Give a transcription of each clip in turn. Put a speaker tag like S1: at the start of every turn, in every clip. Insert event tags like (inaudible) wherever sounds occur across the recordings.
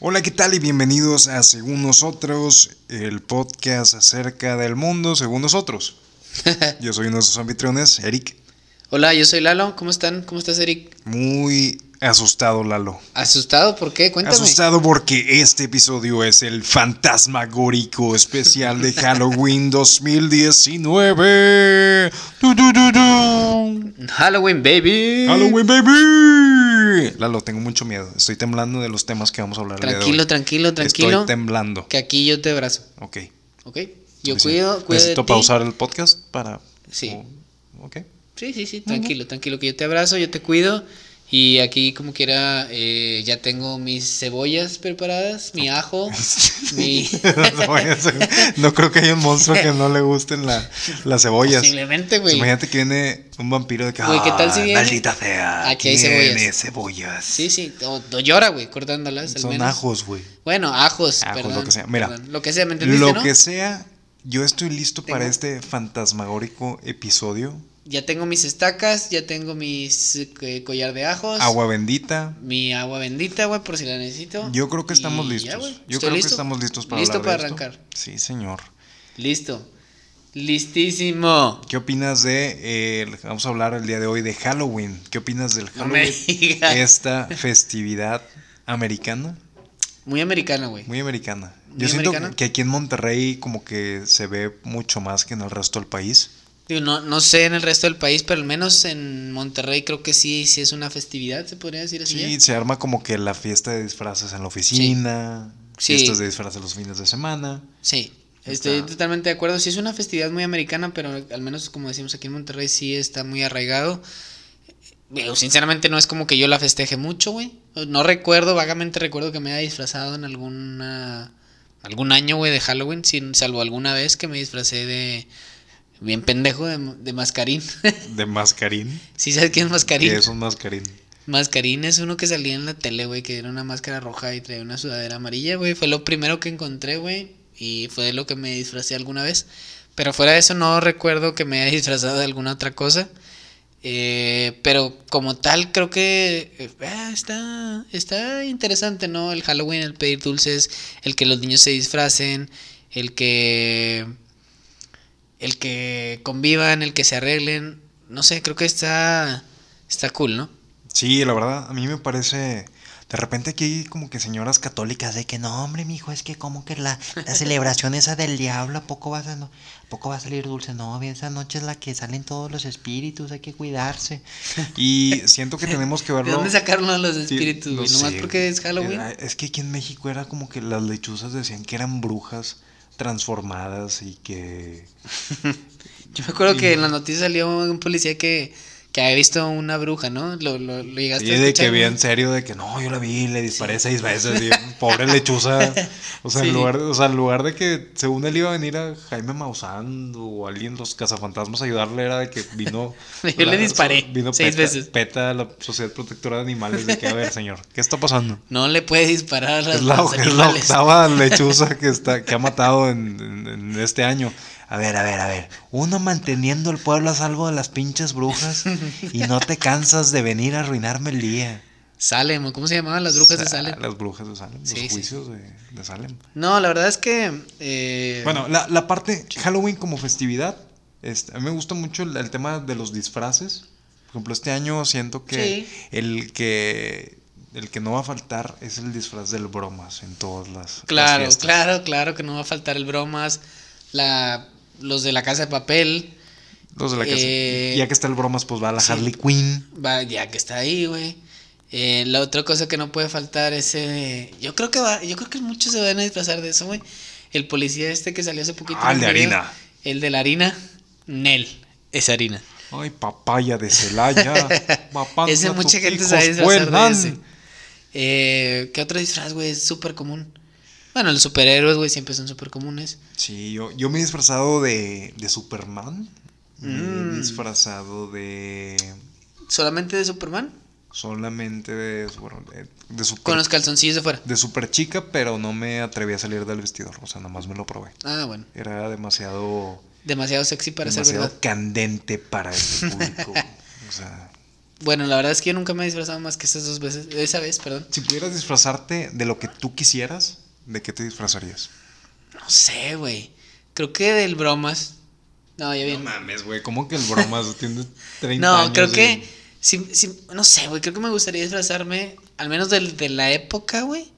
S1: Hola, ¿qué tal? Y bienvenidos a Según Nosotros, el podcast acerca del mundo según nosotros. Yo soy uno de sus anfitriones, Eric.
S2: (laughs) Hola, yo soy Lalo. ¿Cómo están? ¿Cómo estás, Eric?
S1: Muy asustado, Lalo.
S2: ¿Asustado? ¿Por qué? Cuéntame.
S1: Asustado porque este episodio es el fantasmagórico especial
S2: (laughs)
S1: de Halloween 2019. Du, du, du, du.
S2: Halloween, baby.
S1: Halloween, baby. Lalo, tengo mucho miedo. Estoy temblando de los temas que vamos a hablar. el día de hoy.
S2: Tranquilo, tranquilo, tranquilo.
S1: Estoy temblando.
S2: Que aquí yo te abrazo.
S1: Ok.
S2: ¿Ok? Yo
S1: Suficiente.
S2: cuido, cuido de
S1: Necesito
S2: ti.
S1: pausar el podcast para.
S2: Sí.
S1: o- ok. (laughs)
S2: Sí, sí, sí. Tranquilo, tranquilo. Que yo te abrazo, yo te cuido. Y aquí, como quiera, eh, ya tengo mis cebollas preparadas, mi
S1: (laughs)
S2: ajo, mi...
S1: no, vaya a ser- no creo que haya un monstruo que no le gusten la- las cebollas.
S2: Posiblemente, güey.
S1: Imagínate que viene un vampiro de que.
S2: Güey, ¿qué tal si
S1: "Ah,
S2: viene?
S1: Maldita sea.
S2: Aquí hay
S1: tiene cebollas.
S2: Sí, sí. O, o llora, güey, cortándolas. al
S1: Son
S2: menos.
S1: ajos, güey.
S2: Bueno, ajos,
S1: Ajos,
S2: perdón,
S1: lo que sea. Mira,
S2: perdón. Lo que sea, ¿me entendiste,
S1: Lo
S2: no?
S1: que sea, yo estoy listo para
S2: Tengo-
S1: este fantasmagórico episodio.
S2: Ya tengo mis estacas, ya tengo mis eh, co- collar de ajos.
S1: Agua bendita.
S2: Mi agua bendita, güey, por si la necesito.
S1: Yo creo que estamos
S2: Y
S1: listos.
S2: ya, güey,
S1: yo
S2: estoy
S1: creo
S2: listo.
S1: que estamos listos para
S2: Listo
S1: hablar de
S2: para
S1: esto.
S2: arrancar.
S1: Sí, señor.
S2: Listo. Listísimo.
S1: ¿Qué opinas de, eh, el- vamos a hablar el día de hoy de Halloween? ¿Qué opinas del
S2: No me
S1: Halloween?
S2: digas.
S1: Esta festividad americana,
S2: Muy americano, güey.
S1: muy americana.
S2: Muy
S1: Yo siento
S2: americana.
S1: que aquí en Monterrey como que se ve mucho más que en el resto del país.
S2: Digo, No, no sé en el resto del país, pero al menos en Monterrey creo que sí, sí es una festividad, se podría decir así.
S1: Sí,
S2: ya?
S1: se arma como que la fiesta de disfraces en la oficina,
S2: Sí.
S1: fiestas de disfraces los fines de semana.
S2: Sí. Estoy
S1: Está-
S2: totalmente de acuerdo. Sí es una festividad muy americana, pero al menos como decimos aquí en Monterrey sí está muy arraigado. Pero sinceramente no es como que yo la festeje mucho, güey. No recuerdo, vagamente recuerdo que me haya disfrazado en alguna algún año, güey, de Halloween, sin salvo alguna vez que me disfracé de bien pendejo de, de mascarín. (laughs)
S1: De mascarín.
S2: ¿Sí sabes quién es mascarín?
S1: ¿Qué es un mascarín?
S2: Mascarín es uno que salía en la tele, güey, que era una máscara roja y traía una sudadera amarilla, güey. Fue lo primero que encontré, güey. Y fue de lo que me disfracé alguna vez. Pero fuera de eso no recuerdo que me haya (laughs) disfrazado de alguna otra cosa. Eh, pero como tal creo que eh, ah, está, está interesante, ¿no? El Halloween, el pedir dulces, el que los niños se disfracen, el que... El que convivan, el que se arreglen. No sé, creo que está... Está cool, ¿no?
S1: Sí, la verdad, a mí me parece. De repente aquí hay como que señoras católicas de que no, hombre, mijo, es que como que la, la celebración esa del diablo, ¿a poco, va a, no, a poco va a salir dulce? No, bien, esa noche es la que salen todos los espíritus, hay que cuidarse. Y siento que tenemos que
S2: (laughs) ¿De
S1: verlo.
S2: dónde sacaron a los
S1: Sí,
S2: espíritus,
S1: no
S2: güey? Nomás
S1: sé,
S2: porque es Halloween.
S1: era- es que aquí en México era como que las lechuzas decían que eran brujas transformadas y que.
S2: Yo me acuerdo que
S1: Sí.
S2: en la noticia salió un policía que, que había visto una bruja, ¿no? Lo, lo, lo llegaste
S1: Y
S2: a
S1: de
S2: escuchar,
S1: que
S2: güey?
S1: bien serio, de que no, yo la vi, le disparé seis veces, y, pobre lechuza. O sea,
S2: (laughs) Sí.
S1: en lugar, o sea, en lugar de que según él iba a venir a Jaime Maussan o alguien, los cazafantasmas, a ayudarle, era de que vino.
S2: (laughs) (laughs) Yo le disparé seis
S1: peta,
S2: veces.
S1: Peta a la Sociedad Protectora de Animales, de que, a ver, señor, ¿qué está pasando?
S2: No le puede disparar a las
S1: Es la,
S2: los
S1: es la
S2: animales.
S1: octava lechuza que, está, que ha matado en, en- en este año. A ver, a ver, a ver. Uno manteniendo el pueblo a salvo de las pinches brujas y no te cansas de venir a arruinarme el día.
S2: Salem, ¿o ¿cómo se llamaban las brujas de
S1: O sea,
S2: Salem?
S1: Las brujas de Salem,
S2: Sí, sí.
S1: los juicios de, de Salem.
S2: No, la verdad es que... eh,
S1: Bueno, la, la parte Halloween como festividad, este, a mí me gusta mucho el, el tema de los disfraces. Por ejemplo, este año siento que
S2: Sí.
S1: el que el que no va a faltar es el disfraz del bromas en todas las las
S2: Claro,
S1: fiestas.
S2: claro, claro que no va a faltar el bromas, la, los de la casa de papel,
S1: Los de la casa.
S2: Eh,
S1: Y ya que está el bromas, pues va a la
S2: sí.
S1: Harley Quinn.
S2: Va, ya que está ahí, güey. Eh, la otra cosa que no puede faltar es eh, yo creo que va, yo creo que muchos se van a disfrazar de eso, güey. El policía este que salió hace poquito.
S1: Ah,
S2: en
S1: el
S2: un
S1: de
S2: video,
S1: harina.
S2: El de la harina. Nel. Es harina.
S1: Ay, papaya de
S2: (laughs)
S1: Celaya. papaya,
S2: ese
S1: tus
S2: mucha gente
S1: hijos
S2: se va a disfrazar
S1: vuelan.
S2: de ese. Eh, ¿Qué otro disfraz, güey? Es súper común. Bueno, los superhéroes, güey, siempre son súper comunes.
S1: Sí, yo, yo me he disfrazado de, de Superman. Me he
S2: Mm.
S1: disfrazado de.
S2: ¿Solamente de Superman?
S1: Solamente de. bueno, de, de super,
S2: Con los calzoncillos de fuera.
S1: de super chica, pero no me atreví a salir del vestidor. O sea, nada más me lo probé.
S2: Ah, bueno.
S1: Era demasiado.
S2: Demasiado sexy para ser
S1: demasiado
S2: verdad. (laughs)
S1: candente para el público. o sea,
S2: Bueno, la verdad es que yo nunca me he disfrazado más que esas dos veces. Esa vez, perdón.
S1: Si pudieras disfrazarte de lo que tú quisieras, ¿de qué te disfrazarías?
S2: No sé, güey. Creo que del bromas. No, ya bien.
S1: No mames, güey. ¿Cómo que el bromas (laughs) tiene 30
S2: No,
S1: años?
S2: creo
S1: y-
S2: que. sí- sí, no sé, güey. Creo que me gustaría disfrazarme, al menos del- de la época, güey.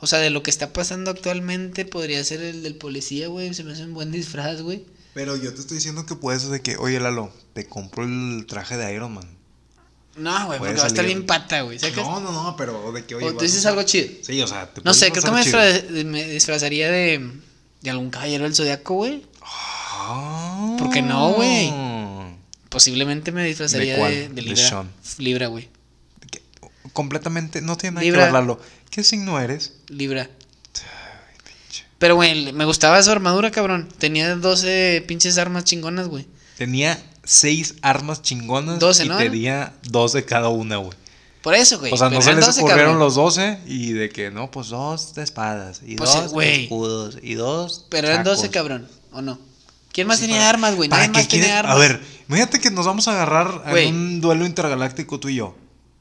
S2: O sea, de lo que está pasando actualmente, podría ser el del policía, güey. Se me hace un buen disfraz, güey.
S1: Pero yo te estoy diciendo que puedes de que, oye Lalo, te compro el traje de Iron Man.
S2: No, güey,
S1: Puede
S2: porque va a estar
S1: salir-
S2: bien pata, güey. ¿sacas?
S1: No, no, no, pero de que, oye.
S2: o tú
S1: vas a
S2: dices
S1: usar-
S2: algo chido.
S1: Sí, o sea, te
S2: No
S1: puedes
S2: sé, creo que me,
S1: disfrazar chido.
S2: disfra- me disfrazaría de, de algún caballero del zodiaco, güey.
S1: Ah.
S2: ¿Por qué no, güey? Posiblemente me disfrazaría de,
S1: cuál?
S2: de
S1: De
S2: Libra.
S1: Sean.
S2: Libra, güey.
S1: Que- Completamente, no tiene nada
S2: Libra.
S1: que ver, Lalo. ¿Qué signo eres?
S2: Libra.
S1: Ay, pinche.
S2: Pero, güey, me gustaba su armadura, cabrón. Tenía 12 pinches armas chingonas, güey.
S1: Tenía seis armas chingonas
S2: Doce,
S1: y
S2: ¿no?
S1: tenía dos de cada una, güey.
S2: Por eso, güey.
S1: O sea,
S2: pero
S1: no se
S2: eran
S1: les
S2: 12,
S1: ocurrieron
S2: cabrón.
S1: los 12 y de que no, pues dos de espadas y
S2: Pues,
S1: dos de
S2: güey.
S1: escudos y dos.
S2: Pero eran 12,
S1: chacos.
S2: cabrón. ¿O no? ¿Quién más
S1: Sí,
S2: tenía
S1: para-
S2: armas, güey?
S1: ¿para
S2: Nadie
S1: qué
S2: más tenía
S1: quieres-
S2: armas.
S1: A ver, imagínate que nos vamos a agarrar
S2: Güey.
S1: en un duelo intergaláctico tú y yo.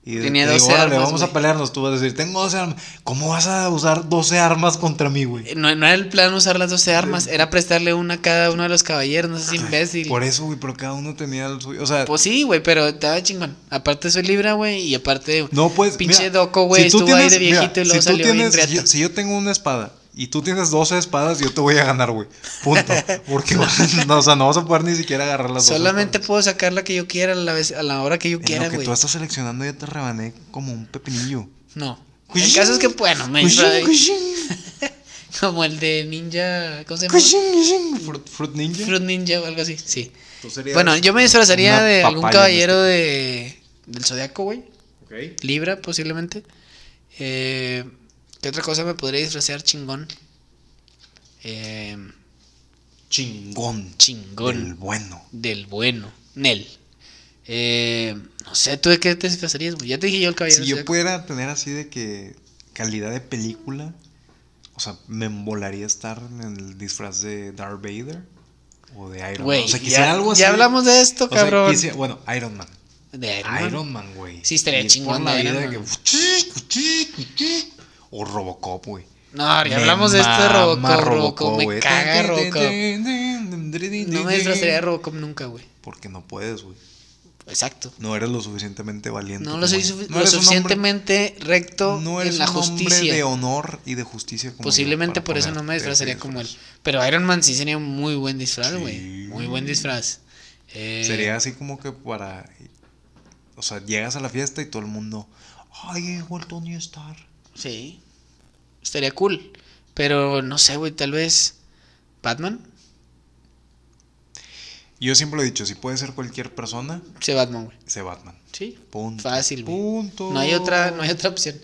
S1: Y de-
S2: Tenía
S1: te digo,
S2: 12
S1: "Órale,
S2: armas,
S1: vamos a
S2: güey".
S1: pelearnos. Tú vas a decir, tengo 12 armas. ¿Cómo vas a usar 12 armas contra mí, güey?
S2: Eh, No, no era el plan usar las 12 armas. Era prestarle una a cada uno de los caballeros. No seas imbécil.
S1: Por eso, güey, pero cada uno tenía el suyo. O sea,
S2: Pues sí, güey, pero estaba chingón. Aparte soy Libra, güey, y aparte...
S1: No, pues.
S2: Pinche
S1: mira,
S2: doco, güey,
S1: tú
S2: estuvo ahí
S1: tienes-
S2: de viejito y luego
S1: tú
S2: salió bien
S1: tienes-
S2: riata.
S1: si yo- Si yo tengo una espada y tú tienes 12 espadas, yo te voy a ganar, güey. Punto. Porque, (laughs) no, o sea, no vas a poder ni siquiera agarrar las 12
S2: Solamente puedo sacar la que yo quiera a la, vez, a la hora que yo
S1: espadas. En
S2: quiera,
S1: lo que
S2: güey.
S1: tú estás seleccionando, yo te rebané como un pepinillo.
S2: No. El
S1: Cushing.
S2: caso es que, bueno, me
S1: Cushing,
S2: disfrazé
S1: cushing,
S2: como el de ninja... ¿Cómo se llama?
S1: cushing, cushing. Fruit, Fruit Ninja.
S2: Fruit Ninja o algo así, sí.
S1: Tú serías-
S2: Bueno, yo me disfrazaría
S1: Una
S2: de algún
S1: papaya en este.
S2: caballero de... Del Zodiaco, güey.
S1: Ok.
S2: Libra, posiblemente. Eh, ¿Qué otra cosa me podría disfrazar chingón? Eh,
S1: Chingón.
S2: chingón.
S1: El bueno.
S2: Del bueno. Nel. Eh, no sé, ¿tú de qué te disfrazarías, güey? Ya te dije yo el caballero.
S1: Si yo
S2: zodiaco.
S1: pudiera tener así de que calidad de película, o sea, me embolaría estar en el disfraz de Darth Vader o de Iron
S2: Güey,
S1: Man. O sea, quisiera
S2: ya,
S1: algo así.
S2: ya hablamos de esto,
S1: o sea,
S2: cabrón.
S1: quisiera- bueno, Iron Man.
S2: De Iron Man.
S1: Iron, Man, güey.
S2: Sí, estaría
S1: Y es
S2: chingón
S1: por la
S2: de Iron
S1: vida de
S2: Man.
S1: que cuchí, cuchí, cuchí, O Robocop, güey.
S2: No, Ah, ya
S1: Me
S2: hablamos de esto de
S1: mama
S2: Robocop, Robocop. Me
S1: güey.
S2: caga
S1: Tin, tin,
S2: Robocop.
S1: tin, tin, tin, tin,
S2: No me
S1: tin,
S2: disfrazaría de
S1: tin.
S2: Robocop nunca, güey.
S1: Porque no puedes, güey.
S2: Exacto.
S1: No eres lo suficientemente valiente.
S2: No
S1: como
S2: lo soy
S1: yo.
S2: sufi-
S1: No
S2: lo
S1: eres un hombre-
S2: suficientemente recto
S1: no eres
S2: en la
S1: un hombre
S2: justicia.
S1: de honor y de justicia como yo
S2: Posiblemente
S1: para
S2: por eso no
S1: ponerte
S2: me disfrazaría
S1: ese
S2: como él.
S1: disfraz.
S2: Pero Iron Man sí sería un muy buen disfraz, güey.
S1: Sí.
S2: Muy buen disfraz. Eh,
S1: Sería así como que para o sea, llegas a la fiesta y todo el mundo, "Ay, llegó el Tony Stark."
S2: Sí. Estaría cool. Pero no sé, güey, tal vez. ¿Batman?
S1: Yo siempre lo he dicho, si puede ser cualquier persona,
S2: Sí, Batman, güey.
S1: sé Batman.
S2: Sí.
S1: Punto.
S2: Fácil, güey.
S1: Punto.
S2: No hay otra, no hay otra opción.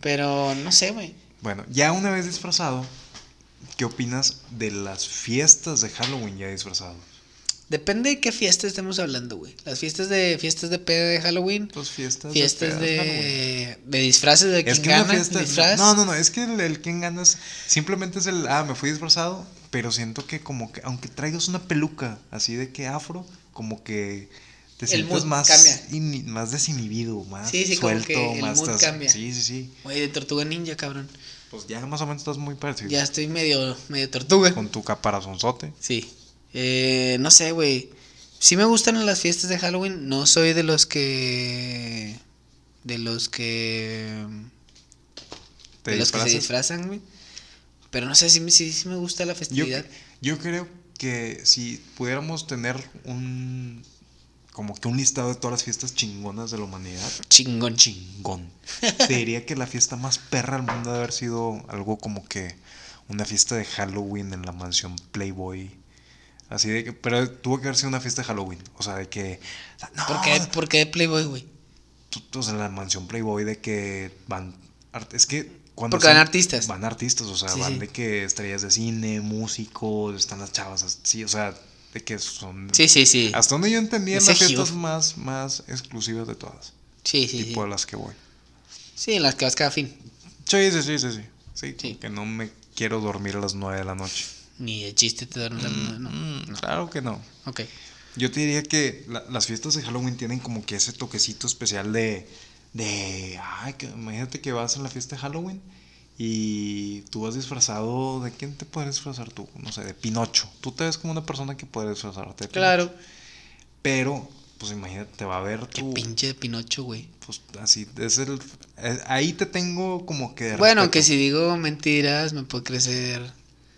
S2: Pero no sé, güey.
S1: Bueno, ya una vez disfrazado, ¿qué opinas de las fiestas de Halloween ya disfrazado?
S2: Depende de qué fiesta estemos hablando, güey. Las fiestas de fiestas de pedo de Halloween,
S1: Pues fiestas
S2: fiestas
S1: pedas, Halloween.
S2: de, de disfraces de
S1: Es
S2: quien
S1: que una
S2: gana,
S1: fiesta.
S2: disfraz.
S1: No, no, no. Es que el, el quien gana es- Simplemente es el. Ah, me fui disfrazado. Pero siento que, como que. Aunque traigas una peluca así de que afro. Como que. Te
S2: El
S1: sientes
S2: mood
S1: más.
S2: cambia.
S1: ini- más desinhibido. Más
S2: Sí, sí, como
S1: suelto.
S2: que el
S1: más
S2: mood
S1: estás-
S2: cambia.
S1: Sí, sí, sí.
S2: Güey, de tortuga ninja, cabrón.
S1: Pues ya más o menos estás muy parecido.
S2: Ya estoy medio, medio
S1: (laughs)
S2: tortuga.
S1: Con tu caparazonzote.
S2: Sí. Eh, no sé, güey. Sí me gustan las fiestas de Halloween. No soy de los que. De los que.
S1: Te
S2: de los que se
S1: disfrazas.
S2: disfrazan, güey. Pero no sé, sí, me- sí, sí me gusta la
S1: Yo,
S2: festividad.
S1: yo creo que si pudiéramos tener un. Como que un listado de todas las fiestas chingonas de la humanidad.
S2: Chingón, ching.
S1: chingón. Te diría que la fiesta más perra del mundo debe haber sido algo como que una fiesta de Halloween en la mansión Playboy. Así de que, pero tuvo que haber sido una fiesta de Halloween. O sea, de que. o sea, no,
S2: ¿Por qué, por qué de Playboy, güey?
S1: tú- o sea, la mansión Playboy de que van. art- Es que. Cuando
S2: Porque
S1: son-
S2: van artistas.
S1: Van artistas, o sea,
S2: Sí,
S1: van
S2: sí.
S1: de que estrellas de cine, músicos, están las chavas así, o sea, de que son.
S2: Sí, sí, sí.
S1: Hasta donde yo entendía
S2: Ese
S1: las fiestas
S2: giro.
S1: más, más exclusivas de todas,
S2: Sí, sí, sí.
S1: tipo a las que voy.
S2: Sí, en las que vas cada fin.
S1: Sí, sí, sí, sí, sí. Sí,
S2: Sí.
S1: que no me quiero dormir a las 9 de la noche. Mm,
S2: Ni de chiste te dan una. Mm, No.
S1: Claro que no.
S2: Ok.
S1: Yo te diría que la- las fiestas de Halloween tienen como que ese toquecito especial de. de ay, que- imagínate que vas a la fiesta de Halloween y tú vas disfrazado. ¿De quién te puedes disfrazar tú? No sé, de Pinocho. Tú te ves como una persona que puede disfrazarte. de
S2: Claro.
S1: Pinocho. Pero, pues imagínate, te va a ver
S2: Qué
S1: tu.
S2: pinche de Pinocho, güey.
S1: Pues así, es el. eh, ahí te tengo como que. de
S2: Bueno,
S1: respeto.
S2: que si digo mentiras me puede crecer.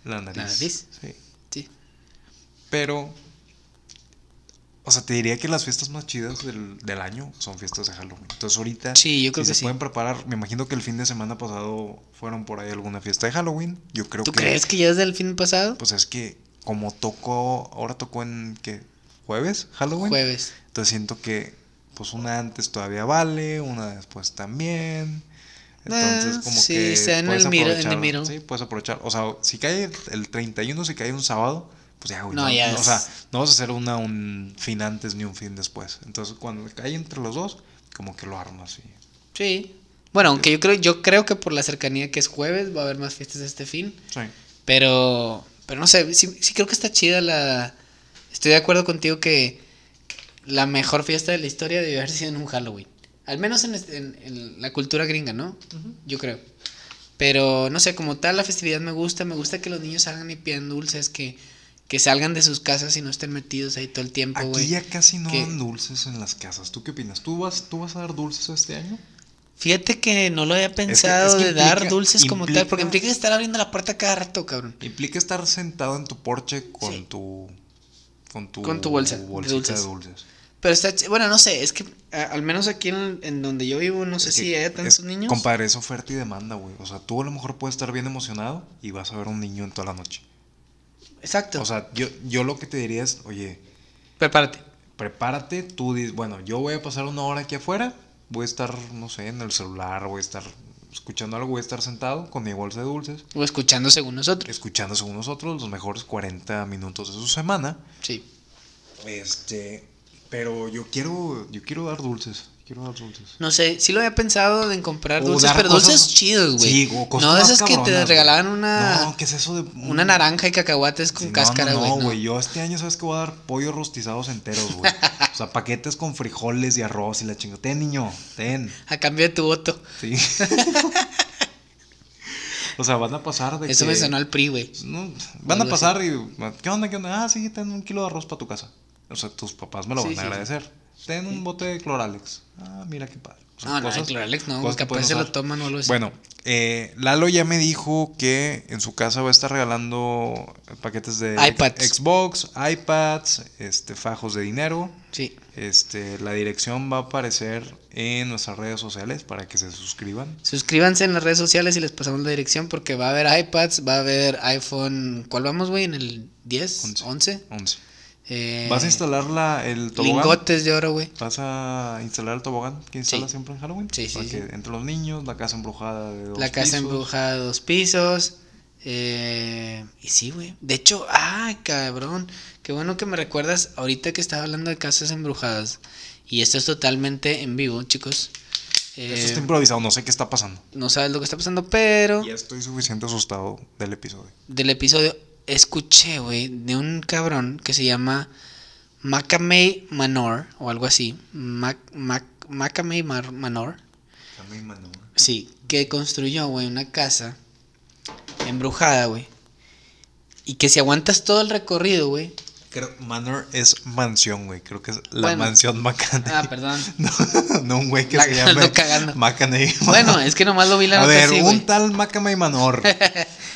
S1: La nariz.
S2: nariz.
S1: Sí.
S2: Sí.
S1: Pero. O sea, te diría que las fiestas más chidas del, del año son fiestas de Halloween. Entonces, ahorita.
S2: Sí, yo creo
S1: si
S2: que
S1: se
S2: sí.
S1: pueden preparar. Me imagino que el fin de semana pasado fueron por ahí alguna fiesta de Halloween. Yo creo
S2: ¿Tú
S1: que.
S2: crees que ya desde el fin pasado?
S1: Pues es que, como tocó. Ahora tocó en. ¿Qué? ¿Jueves? ¿Halloween?
S2: Jueves.
S1: Entonces siento que. Pues una antes todavía vale, una después también. Entonces,
S2: Ah,
S1: como
S2: sí,
S1: que.
S2: está en
S1: puedes
S2: el miro- en el
S1: aprovechar,
S2: miro.
S1: Sí, puedes aprovechar. O sea, si cae el- el 31, si cae un sábado, pues ya, güey.
S2: No,
S1: No,
S2: ya
S1: no, O
S2: es-
S1: sea, no vas a hacer una, un fin antes ni un fin después. Entonces, cuando cae entre los dos, como que lo armas. Y...
S2: Sí. Bueno, aunque yo creo, yo creo que por la cercanía que es jueves va a haber más fiestas este fin.
S1: Sí.
S2: Pero, pero no sé, sí, sí creo que está chida la... Estoy de acuerdo contigo que la mejor fiesta de la historia debió haber sido en un Halloween. Al menos en, este- en- en la cultura gringa, ¿no? Yo creo. Pero no sé, como tal la festividad me gusta, me gusta que los niños salgan y pidan dulces, que, que salgan de sus casas y no estén metidos ahí todo el tiempo,
S1: Aquí
S2: güey.
S1: ya casi no
S2: que-
S1: dan dulces en las casas. ¿Tú qué opinas? ¿Tú vas, tú vas a dar dulces este año?
S2: Fíjate que no lo había
S1: que-
S2: pensado
S1: es que
S2: de dar
S1: implica-
S2: dulces como tal, porque
S1: implica-
S2: implica estar abriendo la puerta cada rato, cabrón.
S1: Implica estar sentado en tu porche con
S2: Sí.
S1: tu. Con tu,
S2: Con tu bolsa de
S1: bolsita
S2: dulces.
S1: de dulces.
S2: Pero está, ch- bueno, no sé, es que a- al menos aquí en, en donde yo vivo, no sé
S1: Es
S2: si
S1: que
S2: hay tantos
S1: es-
S2: niños.
S1: Compadre, es oferta y demanda, güey. O sea, tú a lo mejor puedes estar bien emocionado y vas a ver un niño en toda la noche.
S2: Exacto.
S1: O sea, yo, yo lo que te diría es, oye,
S2: prepárate.
S1: prepárate, tú dices, bueno, yo voy a pasar una hora aquí afuera, voy a estar, no sé, en el celular, voy a estar escuchando algo, voy a estar sentado con mi bolsa de dulces,
S2: O escuchando según nosotros.
S1: escuchando según nosotros los mejores 40 minutos de su semana.
S2: Sí.
S1: Este, pero yo quiero, yo quiero dar dulces, quiero dar dulces.
S2: No sé, sí lo había pensado en comprar
S1: O
S2: dulces,
S1: dar
S2: pero
S1: cosas-
S2: dulces chidos, güey.
S1: Sí, o cosas
S2: no de
S1: más
S2: esas que
S1: cabronas,
S2: te
S1: güey.
S2: regalaban una,
S1: No, ¿qué es eso de
S2: una naranja y cacahuates con
S1: Sí, no,
S2: cáscara,
S1: no,
S2: güey.
S1: No,
S2: no.
S1: güey, yo este año sabes que voy a dar pollos rostizados enteros, güey. O sea, paquetes con frijoles y arroz y la chingada. Ten, niño, ten.
S2: A cambio de tu voto. (laughs)
S1: Sí. o sea, van a pasar de
S2: Eso
S1: que- pues,
S2: me sonó al PRI, güey.
S1: No, van
S2: Algo
S1: a pasar y... ¿Qué onda, qué onda? Ah, sí, ten un kilo de arroz para tu casa. O sea, tus papás me lo
S2: Sí,
S1: van a
S2: sí, sí.
S1: agradecer. Ten un bote de Cloralex. Ah, mira qué padre. O sea,
S2: No, no,
S1: cosas-
S2: el Cloralex
S1: cosas pues,
S2: no, güey,
S1: que
S2: capaz
S1: pueden
S2: se lo
S1: usar.
S2: toman o algo así.
S1: Bueno, eh, Lalo ya me dijo que en su casa va a estar regalando paquetes de
S2: iPads.
S1: ex- Xbox, iPads, este, fajos de dinero.
S2: Sí.
S1: Este, la dirección va a aparecer en nuestras redes sociales para que se suscriban.
S2: Suscríbanse en las redes sociales y les pasamos la dirección porque va a haber iPads, va a haber iPhone. ¿Cuál vamos, güey? ¿En el 10?
S1: Once.
S2: ¿11?
S1: 11.
S2: Eh,
S1: ¿Vas a instalar la, el tobogán?
S2: lingotes de oro, güey.
S1: ¿Vas a instalar el tobogán que instala
S2: Sí.
S1: siempre en Halloween?
S2: Sí, sí,
S1: Para
S2: sí.
S1: que entre los niños, la casa embrujada de dos
S2: La casa
S1: pisos.
S2: embrujada, dos pisos. eh, y sí, güey. De hecho, ay, cabrón. Qué bueno que me recuerdas ahorita que estaba hablando de casas embrujadas. Y esto es totalmente en vivo, chicos. Eh,
S1: Esto está improvisado, no sé qué está pasando.
S2: no sabes lo que está pasando, pero
S1: Ya estoy suficiente asustado del episodio.
S2: del episodio escuché, güey, de un cabrón que se llama Macamey Manor o algo así. Mac, Mac, Macamey Mar- Manor. Sí, que construyó, güey, una casa embrujada, güey. Y que si aguantas todo el recorrido, güey.
S1: Creo, manor es mansión, güey. Creo que es la
S2: Bueno.
S1: mansión Macaney. (laughs)
S2: Ah, perdón.
S1: No, no un güey que
S2: La
S1: se
S2: ando
S1: llame
S2: cagando.
S1: Macaney. (laughs)
S2: Bueno, es que nomás lo vi la
S1: a
S2: nota
S1: ver,
S2: así,
S1: un
S2: güey.
S1: tal Macaney
S2: (laughs)
S1: Manor.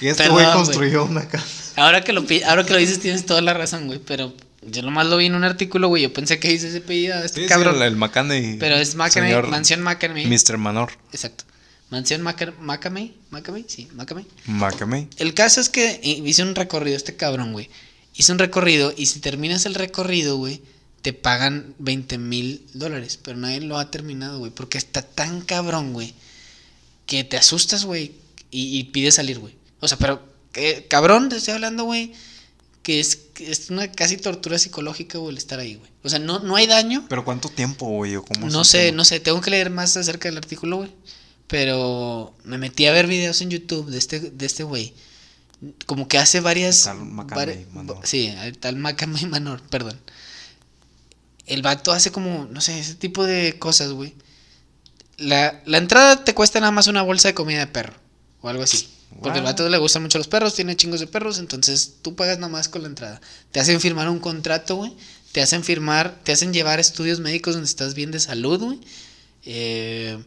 S1: Y este
S2: Perdón,
S1: güey
S2: güey.
S1: construyó una casa.
S2: Ahora que, lo, pi- ahora que lo dices tienes toda la razón, güey. Pero yo nomás lo vi en un artículo, güey. Yo pensé que hice ese pedido a este
S1: Sí, sí,
S2: cabrón.
S1: el, el Macaney.
S2: pero es Macamey,
S1: señor
S2: Mansión Macamey.
S1: Mr. Manor.
S2: Exacto. Mansión Maca- Macamey. Macamey, sí, Macamey.
S1: Macaney.
S2: El caso es que eh, hice un recorrido, este cabrón, güey. Hice un recorrido y si terminas el recorrido, güey, te pagan 20 mil dólares. Pero nadie lo ha terminado, güey. Porque está tan cabrón, güey. Que te asustas, güey. Y, y pides salir, güey. O sea, pero eh, cabrón, te estoy hablando, güey. Que es, que es una casi tortura psicológica, güey, el estar ahí, güey. O sea, no, no hay daño.
S1: Pero ¿cuánto tiempo, güey? ¿O cómo
S2: No sé, no sé, tengo que leer más acerca del artículo, güey. Pero me metí a ver videos en YouTube de este de este güey. Como que hace varias
S1: Tal Macamey
S2: vari-
S1: Manor.
S2: Sí, al tal Macamey Manor, perdón. el vato hace como, no sé, ese tipo de cosas, güey. La, la entrada te cuesta nada más una bolsa de comida de perro o algo así. Porque al
S1: Wow.
S2: vato le gustan mucho los perros, tiene chingos de perros, entonces tú pagas nada más con la entrada. Te hacen firmar un contrato, güey. Te hacen firmar, te hacen llevar estudios médicos donde estás bien de salud, güey. Eh,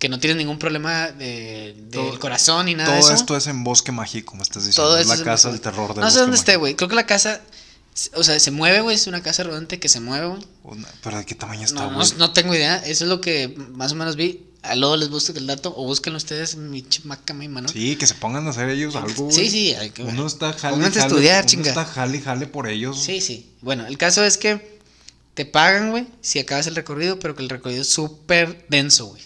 S2: que no tienes ningún problema de- del
S1: Todo-
S2: corazón y nada de
S1: Todo
S2: eso.
S1: esto es en Bosque Mágico, me estás diciendo.
S2: Todo
S1: es
S2: eso
S1: la
S2: es en
S1: casa del
S2: Bosque
S1: terror de
S2: no sé
S1: Bosque
S2: dónde esté,
S1: Mágico.
S2: güey. Creo que la casa, o sea, se mueve, güey. Es una casa rodante que se mueve, güey.
S1: Una- Pero de qué tamaño está,
S2: No,
S1: güey.
S2: no, no tengo idea. Eso es lo que más o menos vi. A luego les busco el dato o busquen ustedes mi chimaca, mi mano.
S1: Sí, que se pongan a hacer ellos algo. güey.
S2: sí, sí, hay que ver.
S1: Uno está jale,
S2: Pónganse a
S1: jale,
S2: estudiar,
S1: uno
S2: chinga.
S1: está jale, jale por ellos.
S2: Sí, sí. Bueno, el caso es que te pagan, güey, si acabas el recorrido, pero que el recorrido es súper denso, güey.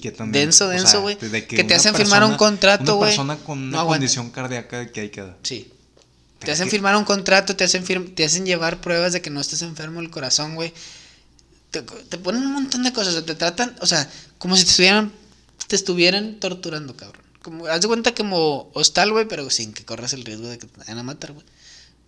S1: ¿Qué tan
S2: Denso,
S1: o sea,
S2: denso, güey.
S1: desde
S2: Que te
S1: una
S2: hacen firmar un
S1: persona-
S2: contrato,
S1: Una
S2: güey,
S1: persona con
S2: no
S1: una
S2: aguanta.
S1: condición cardíaca que hay que
S2: Sí. Te
S1: Pero
S2: hacen
S1: que-
S2: firmar un contrato, te hacen, fir- te hacen llevar pruebas de que no estés enfermo el corazón, güey. Te, te ponen un montón de cosas, te tratan, o sea, como si te estuvieran, te estuvieran torturando, cabrón. Como, haz de cuenta como hostal, güey, pero sin que corras el riesgo de que te vayan a matar, güey.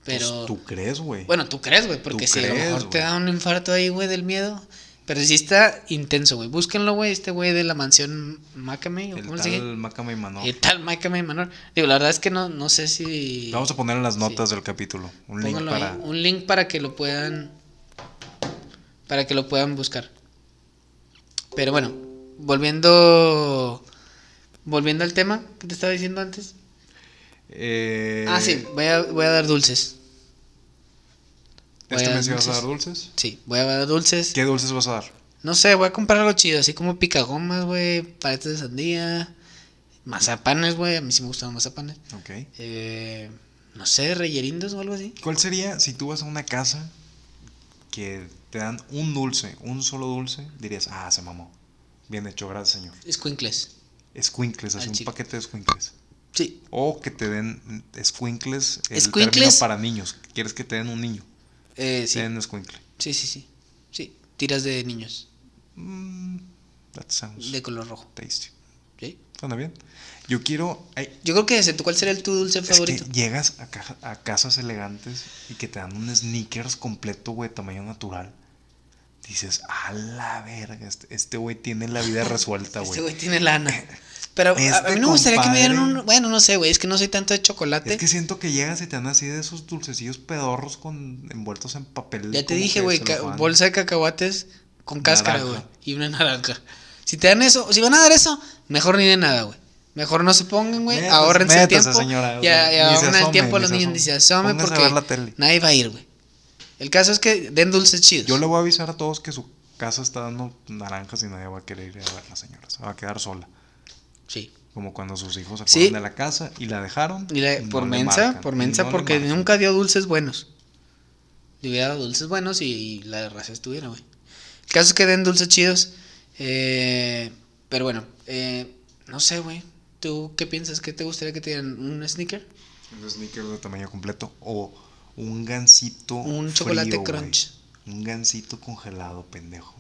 S2: Pero...
S1: Pues, ¿Tú crees, güey?
S2: Bueno, tú crees, güey, porque
S1: Tú
S2: si a lo
S1: crees,
S2: mejor te
S1: güey.
S2: da un infarto ahí, güey, del miedo. Pero sí está intenso, güey. Búsquenlo, güey, este güey de la mansión Macame, o
S1: el
S2: cómo
S1: tal
S2: se dice.
S1: Macame y Manor.
S2: El tal Macame Manor. Digo, la verdad es que no, no sé si.
S1: Lo Vamos a poner en las notas del capítulo. Un link
S2: pónganlo ahí,
S1: para.
S2: un link para que lo puedan. Para que lo puedan buscar. Pero bueno, volviendo. Volviendo al tema que te estaba diciendo antes.
S1: Eh,
S2: ah, sí, voy a, voy a dar dulces.
S1: ¿Este
S2: Voy a
S1: mes
S2: dar
S1: ibas a dar dulces?
S2: Sí, voy a dar dulces.
S1: ¿Qué dulces vas a dar?
S2: No sé, voy a comprar algo chido, así como picagomas, güey, paletas de sandía, mazapanes, güey, a mí sí me gustan los mazapanes.
S1: Ok.
S2: Eh, no sé, reyerindos o algo así.
S1: ¿Cuál sería si tú vas a una casa que te dan un dulce, un solo dulce? Dirías, ah, se mamó. Bien hecho, gracias, señor.
S2: Escuincles.
S1: Squinkles, así
S2: Al
S1: un
S2: chile.
S1: paquete de squinkles.
S2: Sí.
S1: O que te den squinkles, el
S2: Escuincles.
S1: término para niños. ¿Quieres que te den un niño?
S2: Eh, sí.
S1: Te den squinkle.
S2: sí, sí, sí. Sí, tiras de niños,
S1: Mm, that sounds
S2: de color rojo.
S1: tasty.
S2: ¿sí?
S1: ¿Suena bien? Yo quiero... ay,
S2: Yo creo que ese, ¿tú cuál sería el tu dulce
S1: Es
S2: favorito?
S1: que llegas a, caja- a casas elegantes y que te dan un sneakers completo, güey, tamaño natural. Dices, a la verga, este- este güey tiene la
S2: (laughs)
S1: vida resuelta, güey.
S2: Este güey tiene lana. Pero a- a,
S1: Este
S2: mí no me gustaría que me dieran
S1: compadre-
S2: un... Bueno, no sé, güey, es que no soy tanto de chocolate.
S1: es que siento que llegas y te dan así de esos dulcecillos pedorros con envueltos en papel.
S2: Ya te
S1: como
S2: dije,
S1: que
S2: güey, ca-
S1: celofán.
S2: bolsa de cacahuates con cáscara, güey.
S1: Naranja.
S2: Y una naranja. Si te dan eso, si van a dar eso, mejor ni de nada, güey. Mejor no se pongan, güey.
S1: Métase,
S2: Ahorrense el
S1: métase,
S2: tiempo.
S1: señora, o sea,
S2: ya
S1: ni se
S2: ya ahorren el
S1: asome,
S2: tiempo a
S1: ni
S2: los
S1: se
S2: niños,
S1: asome.
S2: ni se asomen
S1: Póngase a
S2: porque
S1: ver la tele.
S2: nadie va a ir, güey. El caso es que den dulces chidos.
S1: Yo le voy a avisar a todos que su casa está dando naranjas y nadie va a querer ir a ver las señoras. Va a quedar sola.
S2: Sí.
S1: Como cuando sus hijos se
S2: Sí.
S1: fueron de la casa y la dejaron.
S2: Y le-
S1: no
S2: por
S1: le
S2: mensa,
S1: marcan,
S2: por
S1: y
S2: mensa,
S1: no le
S2: porque
S1: marcan.
S2: nunca dio dulces buenos. Le hubiera dado dulces buenos y, y la raza estuviera, güey. El caso es que den dulces chidos. eh, pero bueno, eh, no sé, güey. ¿Tú qué piensas? ¿Qué te gustaría que te dieran? ¿Un sneaker?
S1: Un sneaker de tamaño completo o un gansito.
S2: Un
S1: frío,
S2: chocolate
S1: güey.
S2: crunch.
S1: Un gansito congelado, pendejo.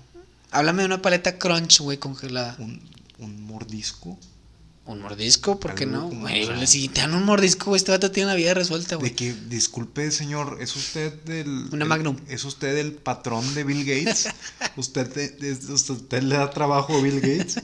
S2: Háblame de una paleta crunch, güey, congelada.
S1: Un, un mordisco.
S2: ¿Un mordisco? ¿Por qué
S1: Algo
S2: no?
S1: como,
S2: Güey,
S1: o sea-
S2: si te dan un mordisco, güey, este vato tiene la vida resuelta,
S1: De
S2: güey.
S1: que, disculpe, señor, ¿es usted del.
S2: Una
S1: el-
S2: Magnum.
S1: ¿Es usted el patrón de Bill Gates? ¿Usted, te- es- usted le da trabajo a Bill Gates?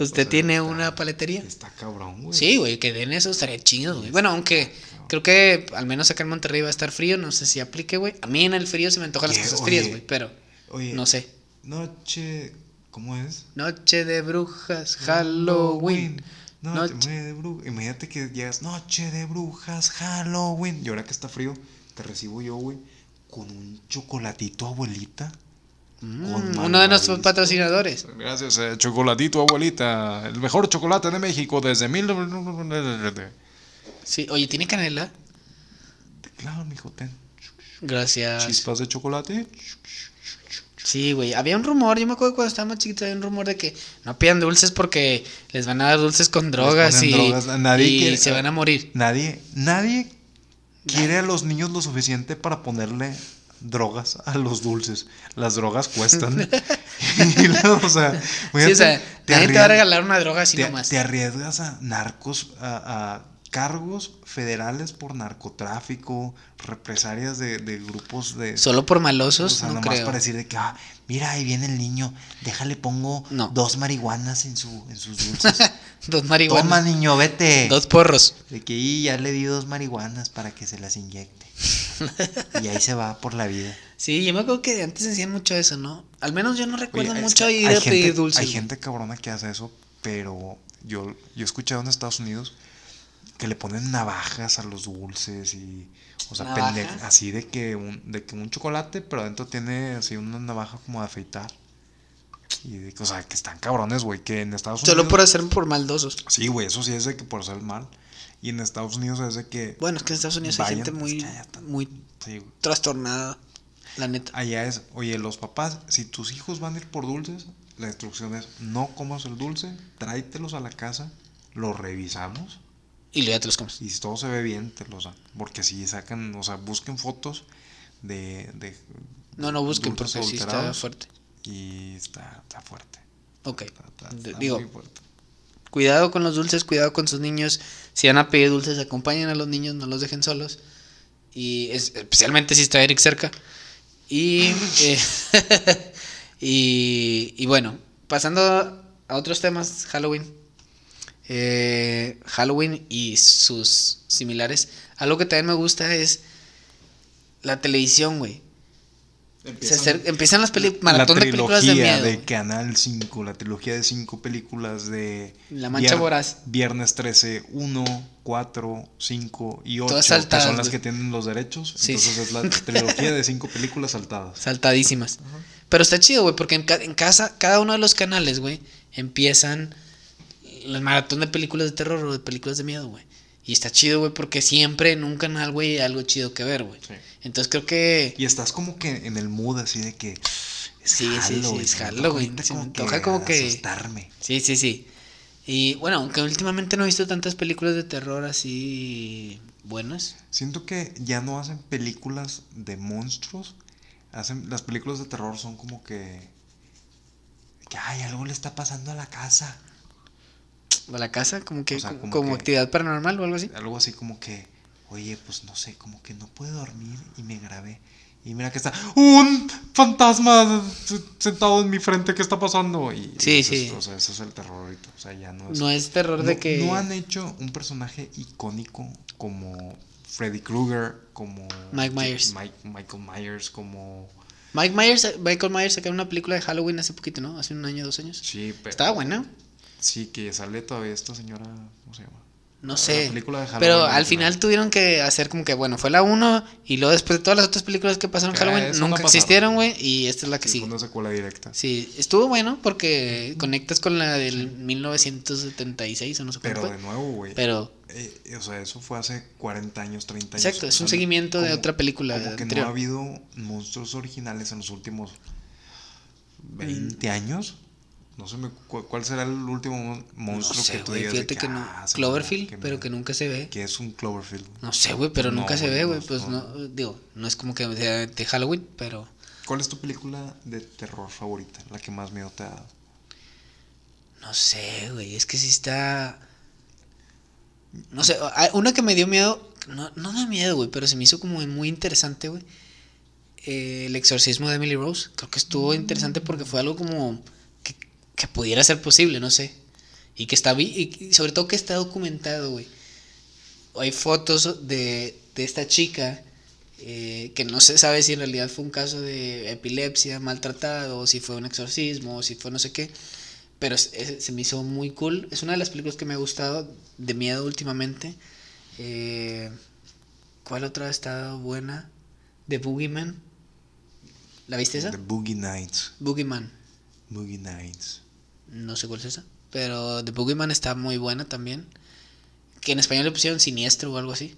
S2: ¿Usted
S1: o sea,
S2: tiene
S1: está-
S2: una paletería?
S1: Está cabrón, güey.
S2: Sí, güey, que den eso estaría chido, güey. Bueno, aunque
S1: Ah,
S2: creo que al menos acá en Monterrey va a estar frío, no sé si aplique, güey. A mí en el frío se me antojan las
S1: Oye,
S2: cosas
S1: oye.
S2: frías, güey, pero
S1: Oye,
S2: no sé.
S1: Noche. ¿Cómo es?
S2: Noche de brujas, Halloween.
S1: Noche,
S2: Noche-
S1: de brujas. Imagínate que llegas, noche de brujas, Halloween. Y ahora que está frío, te recibo yo, güey, con un chocolatito, abuelita.
S2: Mm,
S1: Con
S2: uno de nuestros
S1: malvavisco.
S2: patrocinadores.
S1: Gracias, eh, chocolatito, abuelita. El mejor chocolate de México desde mil.
S2: Sí, oye, ¿tiene canela?
S1: Claro, mijo, ten.
S2: Gracias.
S1: Chispas de chocolate.
S2: Sí, güey. Había un rumor, yo me acuerdo cuando estaba más chiquito, había un rumor de que no pidan dulces porque les van a dar dulces con drogas y,
S1: ponen drogas, a nadie
S2: y
S1: quiere-
S2: se van a morir.
S1: Nadie, nadie quiere a los niños lo suficiente para ponerle drogas a los dulces. Las drogas
S2: (laughs)
S1: cuestan. (laughs) Y luego, o sea,
S2: Sí, o sea,
S1: fíjate,
S2: nadie te va a
S1: arriesgas-
S2: regalar una droga así
S1: te,
S2: nomás.
S1: te arriesgas a narcos, a, a cargos federales por narcotráfico, represalias de, de grupos de...
S2: Solo por
S1: o
S2: malosos,
S1: sea,
S2: no
S1: nomás
S2: creo.
S1: para decir de que, ah, mira, ahí viene el niño, déjale pongo
S2: No.
S1: dos marihuanas en, su, en sus
S2: (laughs)
S1: dulces.
S2: (laughs) Dos marihuanas.
S1: Toma, niño, vete.
S2: Dos porros.
S1: De que "Y, ya le di dos marihuanas para que se las inyecte. y ahí se va por la vida.
S2: Sí, yo me acuerdo que antes hacían mucho eso, ¿no? Al menos yo no recuerdo
S1: Oye, es
S2: mucho
S1: que
S2: ir
S1: hay
S2: a pedir
S1: gente-
S2: dulces.
S1: Hay
S2: güey.
S1: gente cabrona que hace eso, pero yo, yo he escuchado en Estados Unidos que le ponen navajas a los dulces y. O sea,
S2: ¿Navajas?
S1: pende- así de que, un, de que un chocolate, pero adentro tiene así una navaja como de afeitar. Y de, que, o sea, que están cabrones, güey, que en Estados Unidos.
S2: Solo por hacer por maldosos.
S1: Sí, güey, eso sí es de que por ser mal. Y en Estados Unidos es de que.
S2: Bueno, es que en Estados Unidos hay
S1: Vayan,
S2: gente
S1: pues,
S2: muy,
S1: cállate.
S2: muy
S1: Sí, güey.
S2: trastornada, la neta.
S1: Allá es, oye, los papás, si tus hijos van a ir por dulces, la instrucción es no comas el dulce, tráetelos a la casa, los revisamos
S2: Y luego ya te los comes.
S1: y si todo se ve bien, te los dan. Porque si sacan, o sea, busquen fotos de... de
S2: No, no busquen
S1: dulces
S2: porque sí está
S1: adulterados
S2: fuerte.
S1: Y está, está fuerte.
S2: Ok.
S1: Está, está-
S2: D-
S1: está
S2: Digo,
S1: muy fuerte.
S2: cuidado con los dulces, cuidado con sus niños. Si van a pedir dulces, acompañen a los niños, no los dejen solos. Y es- especialmente si está Eric cerca. Y, eh, (laughs) y, y bueno, pasando a otros temas, Halloween. Eh, Halloween y sus similares. Algo que también me gusta es la televisión, güey. Se acer- empiezan las peli- maratón de películas de miedo.
S1: de
S2: güey.
S1: Canal 5, la trilogía de 5 películas de...
S2: La Mancha
S1: Vier-
S2: Voraz.
S1: Viernes 13, 1, 4, 5 y 8,
S2: Todas
S1: que
S2: saltadas,
S1: son las
S2: güey.
S1: que tienen los derechos.
S2: Sí.
S1: Entonces es
S2: (laughs)
S1: la trilogía de 5 películas saltadas.
S2: Saltadísimas. Pero está chido, güey, porque en, ca- en casa, cada uno de los canales, güey, empiezan el maratón de películas de terror o de películas de miedo, güey. Y está chido, güey, porque siempre en un canal, güey, hay algo chido que ver, güey.
S1: Sí.
S2: Entonces creo que...
S1: Y estás como que en el mood así de que. Es
S2: Sí, sí, sí,
S1: Halloween,
S2: es
S1: se me antoja ahorita
S2: Halloween, se me antoja como que-
S1: Asustarme.
S2: Sí, sí, sí. Y bueno, aunque últimamente no he visto tantas películas de terror así buenas.
S1: Siento que ya no hacen películas de monstruos. Hacen, las películas de terror son como que. Que ay, algo le está pasando a la casa.
S2: O la casa, como que
S1: O sea,
S2: como,
S1: como
S2: como
S1: que-
S2: actividad paranormal o algo así.
S1: algo así como que, oye, pues no sé, como que no pude dormir y me grabé. Y mira que está un fantasma se- sentado en mi frente, ¿qué está pasando? Y, y
S2: Sí,
S1: eso es-
S2: sí.
S1: o sea, ese es el terror ahorita. O sea, ya no es.
S2: No es terror de
S1: no-
S2: que...
S1: no han hecho un personaje icónico como Freddy Krueger, como.
S2: Mike Myers.
S1: Mike- Michael Myers, como.
S2: Mike Myers, Michael Myers sacaron una película de Halloween hace poquito, ¿no? Hace un año, dos años.
S1: Sí, pero.
S2: Estaba buena.
S1: eh, Sí, que sale todavía esta señora. ¿Cómo se llama?
S2: No
S1: La
S2: sé.
S1: película de Halloween
S2: Pero al
S1: original.
S2: final tuvieron que hacer como que, bueno, fue la 1 y luego después de todas las otras películas que pasaron en
S1: Ah,
S2: Halloween
S1: eso no
S2: nunca
S1: pasaron.
S2: existieron, güey, y esta es la que
S1: Sí, pues fue
S2: sigue.
S1: Una secuela directa.
S2: Sí, estuvo bueno porque conectas con la del 1976 o no sé cuánto
S1: Pero de
S2: fue.
S1: nuevo, güey.
S2: Pero
S1: Eh, o sea, eso fue hace 40 años, 30 años.
S2: exacto, es
S1: O
S2: un
S1: sea,
S2: seguimiento de
S1: como-
S2: otra película
S1: Como que
S2: anterior.
S1: no ha habido monstruos originales en los últimos
S2: Mm.
S1: 20 años. No sé me- cu- cuál será el último mon-
S2: No
S1: monstruo
S2: sé,
S1: que tú
S2: güey,
S1: digas de
S2: fíjate que no.
S1: "Ah, se
S2: Cloverfield,
S1: mamó, qué
S2: pero
S1: miedo".
S2: que nunca se ve.
S1: Que es un Cloverfield.
S2: No sé, güey, pero
S1: No,
S2: nunca se
S1: güey,
S2: ve,
S1: no,
S2: güey, pues no.
S1: no.
S2: digo, no es como que sea de Halloween, pero
S1: ¿Cuál es tu película de terror favorita? La que más miedo te ha dado.
S2: No sé, güey, es que sí está... No sé, hay una que me dio miedo, no, no da miedo, güey, pero se me hizo como muy interesante, güey. Eh, el exorcismo de Emily Rose, creo que estuvo interesante porque fue algo como que, que pudiera ser posible, no sé. Y que está, vi- y y sobre todo que está documentado, güey. Hay fotos de, de esta chica eh, que no se sabe si en realidad fue un caso de epilepsia maltratado, o si fue un exorcismo, o si fue no sé qué. Pero es- es- se me hizo muy cool. Es una de las películas que me ha gustado de miedo últimamente. Eh, ¿Cuál otra ha estado buena? The Boogeyman. ¿La viste esa?
S1: The Boogie Nights.
S2: Boogeyman.
S1: Boogie Nights.
S2: No sé cuál es esa. Pero The Boogeyman está muy buena también. Que en español le pusieron siniestro o algo así.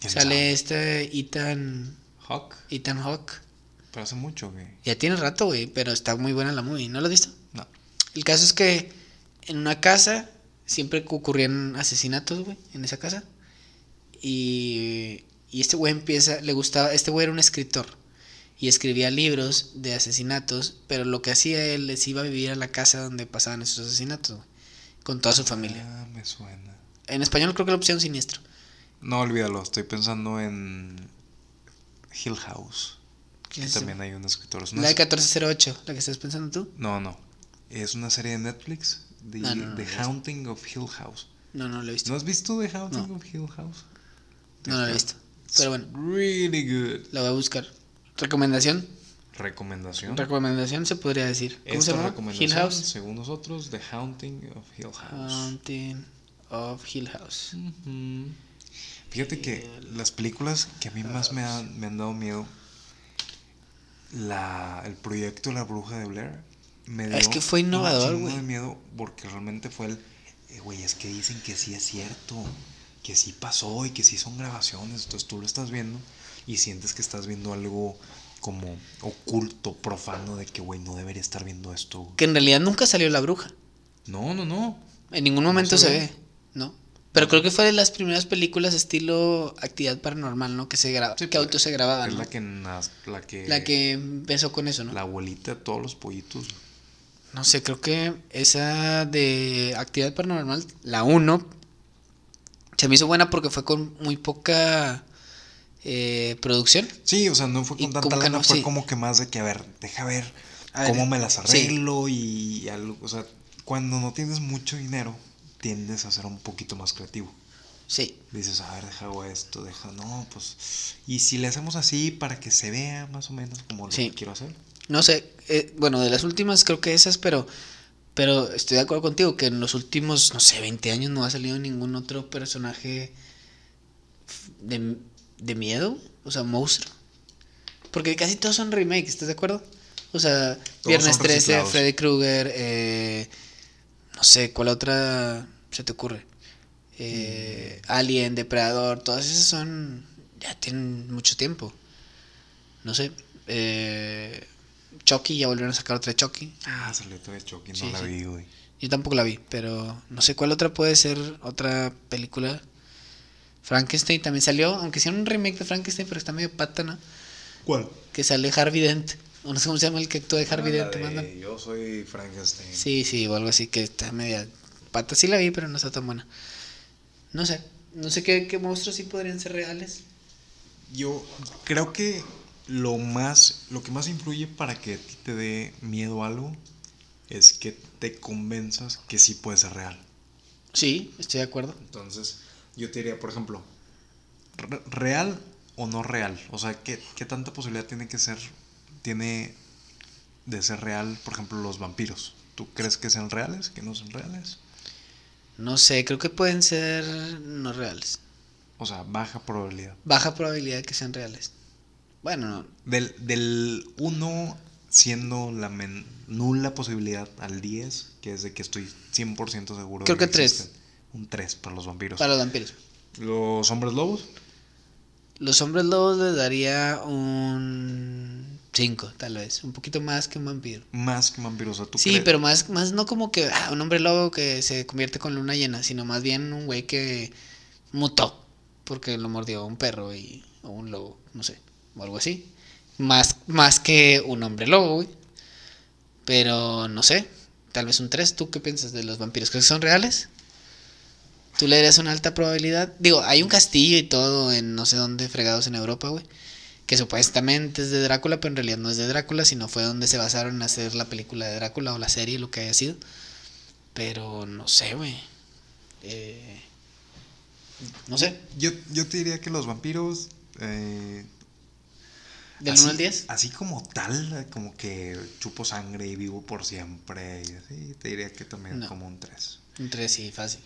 S1: ¿Quién
S2: Sale
S1: sabe?
S2: este Ethan,
S1: Hawk.
S2: Ethan Hawke.
S1: Pero hace mucho que.
S2: Ya tiene rato, güey, pero está muy buena la movie. ¿No la has visto?
S1: No.
S2: El caso es que en una casa siempre que ocurrían asesinatos, güey, en esa casa. Y, y este güey empieza, le gustaba, este güey era un escritor y escribía libros de asesinatos, pero lo que hacía él es iba a vivir a la casa donde pasaban esos asesinatos, güey, con toda su familia.
S1: Ah, me suena.
S2: En español creo que la opción siniestro.
S1: No, olvídalo, estoy pensando en Hill House. Que
S2: es
S1: también hay unos escritores.
S2: La de 1408, la que estás pensando tú.
S1: No, no. Es una serie de Netflix. The,
S2: Ah, No, no, no,
S1: The
S2: no, no.
S1: Haunting of Hill House.
S2: No, no la he visto.
S1: ¿No has visto The Haunting
S2: No.
S1: of Hill House?
S2: No, la he visto. Pero bueno,
S1: Really good.
S2: la voy a buscar. ¿Recomendación?
S1: Recomendación.
S2: Recomendación se podría decir. ¿Cómo se
S1: Esta
S2: llama?
S1: recomendación,
S2: Hill House. Ah,
S1: según nosotros, The Haunting of Hill House.
S2: Haunting of Hill House.
S1: Ujú. Fíjate que las películas que a mí más me han, me han dado miedo, la, el proyecto La Bruja de Blair, me dio
S2: Es que fue innovador,
S1: un chingo
S2: güey.
S1: de miedo porque realmente fue el, eh, güey, es que dicen que sí es cierto, que sí pasó y que sí son grabaciones, entonces tú lo estás viendo y sientes que estás viendo algo como oculto, profano, de que, güey, no debería estar viendo esto. güey.
S2: Que en realidad nunca salió la bruja.
S1: No, no, no.
S2: En ningún
S1: No
S2: momento
S1: se
S2: se,
S1: ve.
S2: ve. ¿no? Pero creo que fue de las primeras películas estilo actividad paranormal, ¿no? Que se graba,
S1: Sí,
S2: que
S1: pues,
S2: auto se grababan.
S1: Es
S2: Ah, ¿no?
S1: la que, nas- la que...
S2: La que empezó con eso, ¿no?
S1: La abuelita de todos los pollitos.
S2: No sé, creo que esa de actividad paranormal, la 1, se me hizo buena porque fue con muy poca eh, producción.
S1: Sí, o sea, no fue
S2: Y
S1: con tanta
S2: como que
S1: lana,
S2: no,
S1: fue
S2: sí.
S1: como que más de que, a ver, deja ver
S2: A ver, eh,
S1: cómo me las
S2: sí.
S1: arreglo y algo. O sea, cuando no tienes mucho dinero, tiendes a ser un poquito más creativo.
S2: Sí,
S1: Dices, a ver, deja hago esto, deja, no, pues. Y si le hacemos así para que se vea más o menos como lo
S2: Sí.
S1: que quiero hacer.
S2: no sé, eh, bueno, de las últimas creo que esas, pero, pero estoy de acuerdo contigo que en los últimos, no sé, 20 años no ha salido ningún otro personaje f- de, de miedo, o sea, monstruo. Porque casi todos son remakes, ¿estás de acuerdo? O sea, Viernes
S1: son
S2: 13,
S1: reciclados.
S2: Freddy Krueger, eh, no sé, ¿cuál otra se te ocurre? Eh,
S1: Mm.
S2: Alien, Depredador, todas esas son, ya tienen mucho tiempo. No sé, eh, Chucky, ya volvieron a sacar otra de Chucky.
S1: Ah, salió todo de Chucky, no
S2: Sí,
S1: la
S2: sí.
S1: vi, güey.
S2: Yo tampoco la vi, pero no sé cuál otra puede ser otra película. Frankenstein también salió, aunque sea un remake de Frankenstein, pero está medio pata, ¿no?
S1: ¿Cuál?
S2: Que sale Harvey Dent, o no sé cómo se llama el que actúa
S1: Ah,
S2: de Harvey Dent, mandan.
S1: Yo soy Frankenstein.
S2: Sí, sí, o algo así que está media pata. Sí la vi, pero no está tan buena. No sé, no sé qué, qué monstruos sí podrían ser reales.
S1: Yo creo que lo más, lo que más influye para que a ti te dé miedo algo es que te convenzas que sí puede ser real.
S2: Sí, estoy de acuerdo.
S1: Entonces, yo te diría, por ejemplo, re- real o no real. O sea, ¿qué, qué tanta posibilidad tiene que ser, tiene de ser real, por ejemplo, los vampiros? ¿Tú crees que sean reales, que no sean reales?
S2: No sé, creo que pueden ser no reales.
S1: O sea, baja probabilidad.
S2: Baja probabilidad de que sean reales. Bueno,
S1: Del, del 1 siendo la men- nula posibilidad al 10, que es de que estoy 100% seguro.
S2: Creo que tres.
S1: tres Un 3 para los vampiros.
S2: para los vampiros.
S1: Los hombres lobos,
S2: Los hombres lobos les daría un 5, tal vez. Un poquito más que un vampiro.
S1: más que vampiros. O sea, ¿tú
S2: Sí,
S1: crees-
S2: pero más, más no como que ah, un hombre lobo que se convierte con luna llena, sino más bien un güey que mutó porque lo mordió un perro y, o un lobo, no sé, o algo así. Más, más que un hombre lobo, güey. Pero no sé, tal vez un 3. ¿Tú qué piensas de los vampiros? ¿Crees que son reales? ¿Tú le darías una alta probabilidad? Digo, hay un castillo y todo en no sé dónde fregados en Europa, güey. Que supuestamente es de Drácula, pero en realidad no es de Drácula, sino fue donde se basaron en hacer la película de Drácula o la serie, lo que haya sido. Pero no sé, güey. Eh, no sé.
S1: Yo, yo te diría que los vampiros. Eh,
S2: ¿Del
S1: así-
S2: 1 al 10?
S1: Así como tal, como que chupo sangre y vivo por siempre. Y así, te diría que también
S2: No.
S1: como un 3.
S2: Un 3, sí, fácil.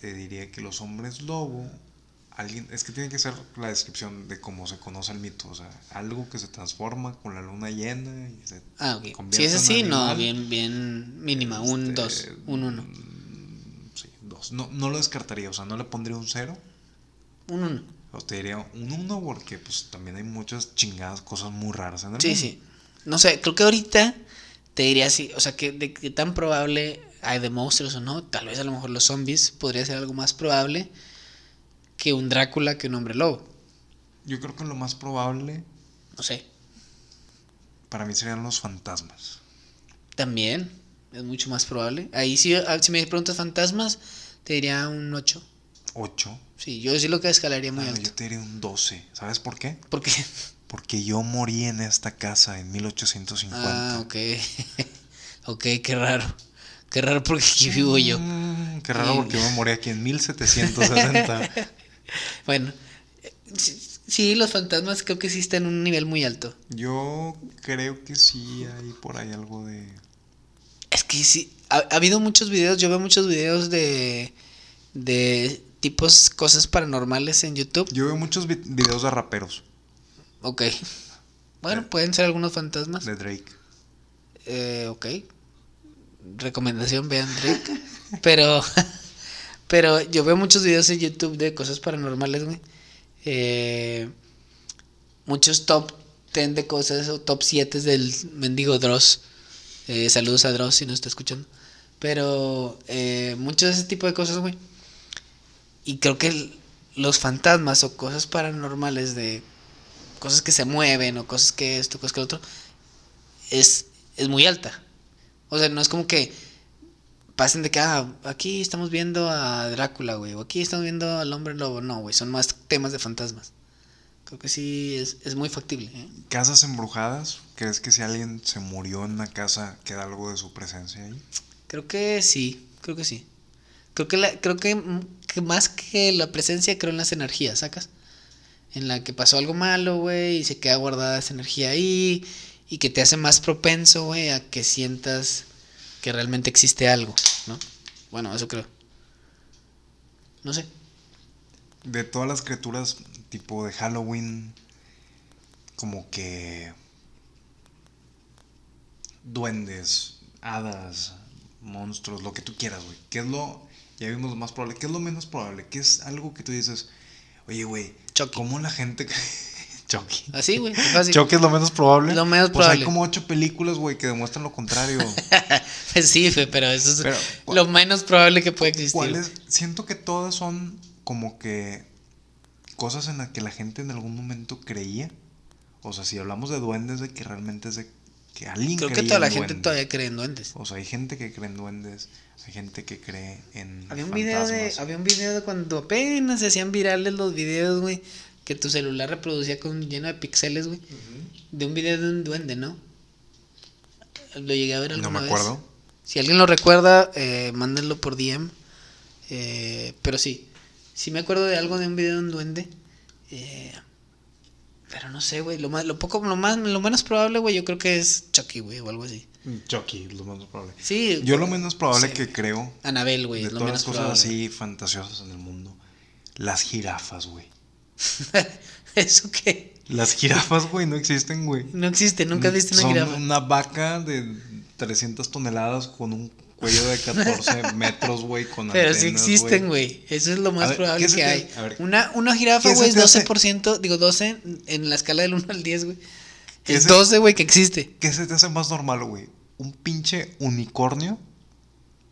S1: Te diría que los hombres lobo, alguien, es que tiene que ser la descripción de cómo se conoce el mito, o sea, algo que se transforma con la luna llena y se
S2: Ah, ok.
S1: convierte
S2: Si es
S1: en
S2: así, no,
S1: animal.
S2: bien, bien mínima. Un
S1: Este, mm,
S2: 2, un 1.
S1: Sí, dos. No, no lo descartaría, o sea, no le pondría un cero.
S2: Un 1.
S1: O te diría un uno porque pues también hay muchas chingadas cosas muy raras en el
S2: Sí,
S1: mundo.
S2: sí. No sé, creo que ahorita te diría así, o sea, que de qué tan probable hay de monstruos o no, tal vez a lo mejor los zombies podría ser algo más probable que un Drácula que un hombre lobo.
S1: Yo creo que lo más probable
S2: No sé.
S1: para mí serían los fantasmas.
S2: ah, También es mucho más probable. Ahí sí, a- si me preguntas fantasmas, Te diría un 8.
S1: 8.
S2: Sí, yo sí lo que escalaría muy alto.
S1: Ah, yo te diría un 12. ¿Sabes por qué?
S2: Porque.
S1: Porque yo morí en esta casa en 1850.
S2: (laughs) Ah, ok. (laughs) ok, qué raro. Qué raro porque aquí vivo yo.
S1: Mm, qué raro
S2: Y-
S1: porque yo me morí aquí en 1760.
S2: Bueno, eh, sí, sí, los fantasmas creo que sí están en un nivel muy alto.
S1: yo creo que sí hay por ahí algo de...
S2: Es que sí, ha, ha habido muchos videos, yo veo muchos videos de, de tipos, cosas paranormales en YouTube.
S1: Yo veo muchos vi- videos de raperos,
S2: Ok. Bueno, pueden ser algunos fantasmas.
S1: de Drake.
S2: Eh, ok. Recomendación, vean Drake. Pero, (laughs) pero yo veo muchos videos en YouTube de cosas paranormales, güey. Eh, muchos top 10 de cosas o top 7 del mendigo Dross. Eh, saludos a Dross si nos está escuchando. Pero eh, muchos de ese tipo de cosas, güey. Y creo que el- los fantasmas o cosas paranormales de cosas que se mueven o cosas que esto, cosas que lo otro, es, es muy alta. O sea, no es como que pasen de que, ah, aquí estamos viendo a Drácula, güey, o aquí estamos viendo al hombre lobo. No, güey, son más temas de fantasmas. Creo que sí es, es muy factible. ¿eh?
S1: Casas embrujadas, ¿crees que si alguien se murió en una casa queda algo de su presencia ahí?
S2: Creo que sí, creo que sí. Creo que, la- creo que, mm, que más que la presencia, creo en las energías, ¿sacas? En la que pasó algo malo, güey, y se queda guardada esa energía ahí, y que te hace más propenso, güey, a que sientas que realmente existe algo, ¿no? Bueno, eso creo. No sé.
S1: De todas las criaturas tipo de Halloween, como que... Duendes, hadas, monstruos, lo que tú quieras, güey. ¿Qué es lo... Ya vimos lo más probable. ¿Qué es lo menos probable? ¿Qué es algo que tú dices, oye, güey,
S2: Chucky.
S1: ¿cómo la gente...
S2: (laughs)
S1: Chucky.
S2: Así, güey, es fácil.
S1: Chucky es lo menos probable.
S2: Lo menos
S1: pues
S2: probable.
S1: hay como ocho películas, güey, que demuestran lo contrario.
S2: Pues (laughs) sí, güey, pero eso es
S1: Pero, ¿cuál-
S2: lo menos probable que pueda existir.
S1: ¿Cuáles? Siento que todas son como que cosas en las que la gente en algún momento creía. O sea, si hablamos de duendes, de que realmente es de que alguien
S2: Creo que
S1: creía
S2: toda
S1: en
S2: la gente
S1: duendes.
S2: todavía cree en duendes.
S1: O sea, hay gente que cree en duendes, hay gente que cree en
S2: Había un, video de,
S1: fantasmas.
S2: había un video de cuando apenas se hacían virales los videos, güey. Que tu celular reproducía con lleno de píxeles, güey. De un video de un duende, ¿no? Lo llegué a ver alguna
S1: No me
S2: vez.
S1: acuerdo.
S2: Si alguien lo recuerda, eh, mándenlo por DM. Eh, pero sí, sí me acuerdo de algo de un video de un duende. Eh, pero no sé, güey. Lo, más- lo poco, lo, más, lo menos probable, güey, yo creo que es Chucky, güey, o algo así.
S1: Mm, Chucky, lo menos probable.
S2: Sí,
S1: Yo lo menos probable
S2: Sí.
S1: que creo
S2: Anabel, güey,
S1: de
S2: es lo
S1: todas
S2: menos
S1: las cosas
S2: probable.
S1: así fantasiosas en el mundo, las jirafas, güey.
S2: (laughs) ¿Eso qué?
S1: Las jirafas, güey, no existen, güey.
S2: No existe, nunca has visto una
S1: Son
S2: jirafa.
S1: Una vaca de 300 toneladas con un cuello de 14
S2: (laughs)
S1: metros, güey, con
S2: Pero sí
S1: antenas,
S2: existen, güey. Eso es lo más
S1: A ver,
S2: probable
S1: ¿qué se
S2: que
S1: te-
S2: hay.
S1: a ver,
S2: una, una jirafa,
S1: ¿qué se
S2: güey, es
S1: te hace?
S2: 12%, digo 12 en la escala del 1 al 10, güey.
S1: ¿Qué
S2: Es
S1: se-
S2: 12, güey, que existe.
S1: ¿Qué se te hace más normal, güey? Un pinche unicornio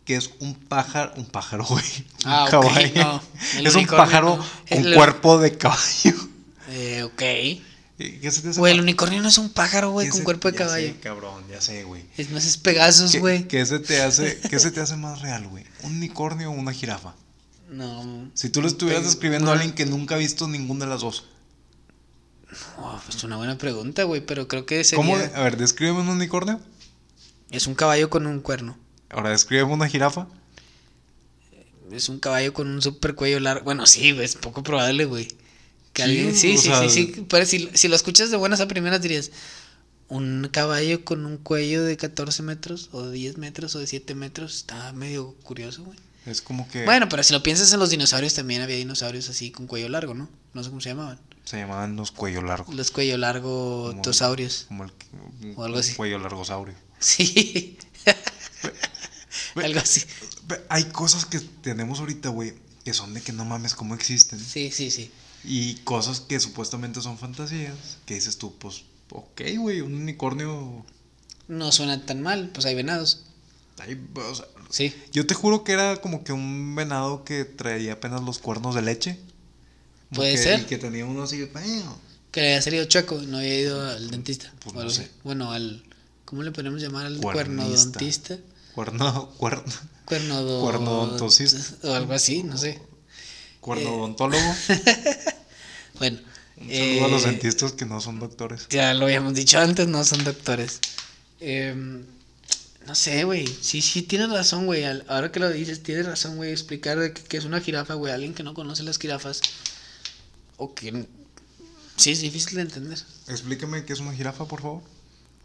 S1: que es un pájaro, un pájaro, güey. Un
S2: Ah, ok,
S1: caballo.
S2: no, el
S1: es un
S2: unicornio
S1: pájaro
S2: no.
S1: con
S2: El-
S1: cuerpo de caballo. (laughs)
S2: Eh, ok.
S1: ¿Qué se te hace
S2: Güey, el
S1: más-
S2: unicornio no es un pájaro, güey,
S1: qué
S2: con
S1: se-
S2: cuerpo de
S1: ya
S2: caballo.
S1: sé, cabrón, ya sé, güey.
S2: Es más, es Pegasus,
S1: ¿Qué-
S2: güey.
S1: ¿Qué, se te
S2: (laughs)
S1: hace, ¿Qué se te hace más real, güey? ¿Un unicornio o una jirafa?
S2: No.
S1: Si tú lo estuvieras
S2: Pe-
S1: describiendo a
S2: una-
S1: alguien que nunca ha visto ninguna de las dos.
S2: Oh, pues una buena pregunta, güey, pero creo que sería...
S1: ¿Cómo? de- a ver, descríbeme un unicornio.
S2: Es un caballo con un cuerno.
S1: Ahora descríbeme una jirafa.
S2: Es un caballo con un super cuello largo. Bueno, sí, güey, es poco probable, güey.
S1: Sí,
S2: Que alguien- sí,
S1: o
S2: sí,
S1: sea-
S2: sí, sí. Pero si, si lo escuchas de buenas a primeras dirías, un caballo con un cuello de 14 metros o de 10 metros o de 7 metros, está medio curioso, güey.
S1: Es como que
S2: Bueno, pero si lo piensas en los dinosaurios, también había dinosaurios así con cuello largo, ¿no? No sé cómo se llamaban.
S1: se llamaban los cuello largo.
S2: Los cuello largo
S1: Como-
S2: tosaurios.
S1: Como el
S2: O algo así.
S1: cuello largosaurio. (laughs)
S2: Sí. Algo así.
S1: Ve, Hay cosas que tenemos ahorita, güey, que son de que no mames cómo existen.
S2: Sí, sí, sí.
S1: Y cosas que supuestamente son fantasías. Que dices tú, pues, ok, güey, un unicornio.
S2: No suena tan mal, pues hay venados.
S1: ay, o sea,
S2: Sí.
S1: yo te juro que era como que un venado que traía apenas los cuernos de leche. Como
S2: Puede
S1: que-
S2: ser.
S1: Y que tenía uno así, ¡pam!
S2: Que le había salido chueco y no había ido al dentista.
S1: Pues
S2: o
S1: no
S2: algo
S1: sé.
S2: así. Bueno, al. ¿Cómo le podemos llamar al
S1: Cuernista.
S2: cuernodontista?
S1: Cuerno, cuerno,
S2: Cuernodo-
S1: Cuernodontosis.
S2: O algo así, no sé. Eh.
S1: cuernodontólogo.
S2: Bueno.
S1: Un saludo a los
S2: eh,
S1: dentistas que no son doctores.
S2: Ya lo habíamos dicho antes, no son doctores. Em, no sé, güey. Sí, sí, tienes razón, güey. Al- Ahora que lo dices, tienes razón, güey. Explicar de que, que es una jirafa, güey. Alguien que no conoce las jirafas. O que... n- Sí, es difícil de entender.
S1: Explícame qué es una jirafa, por favor.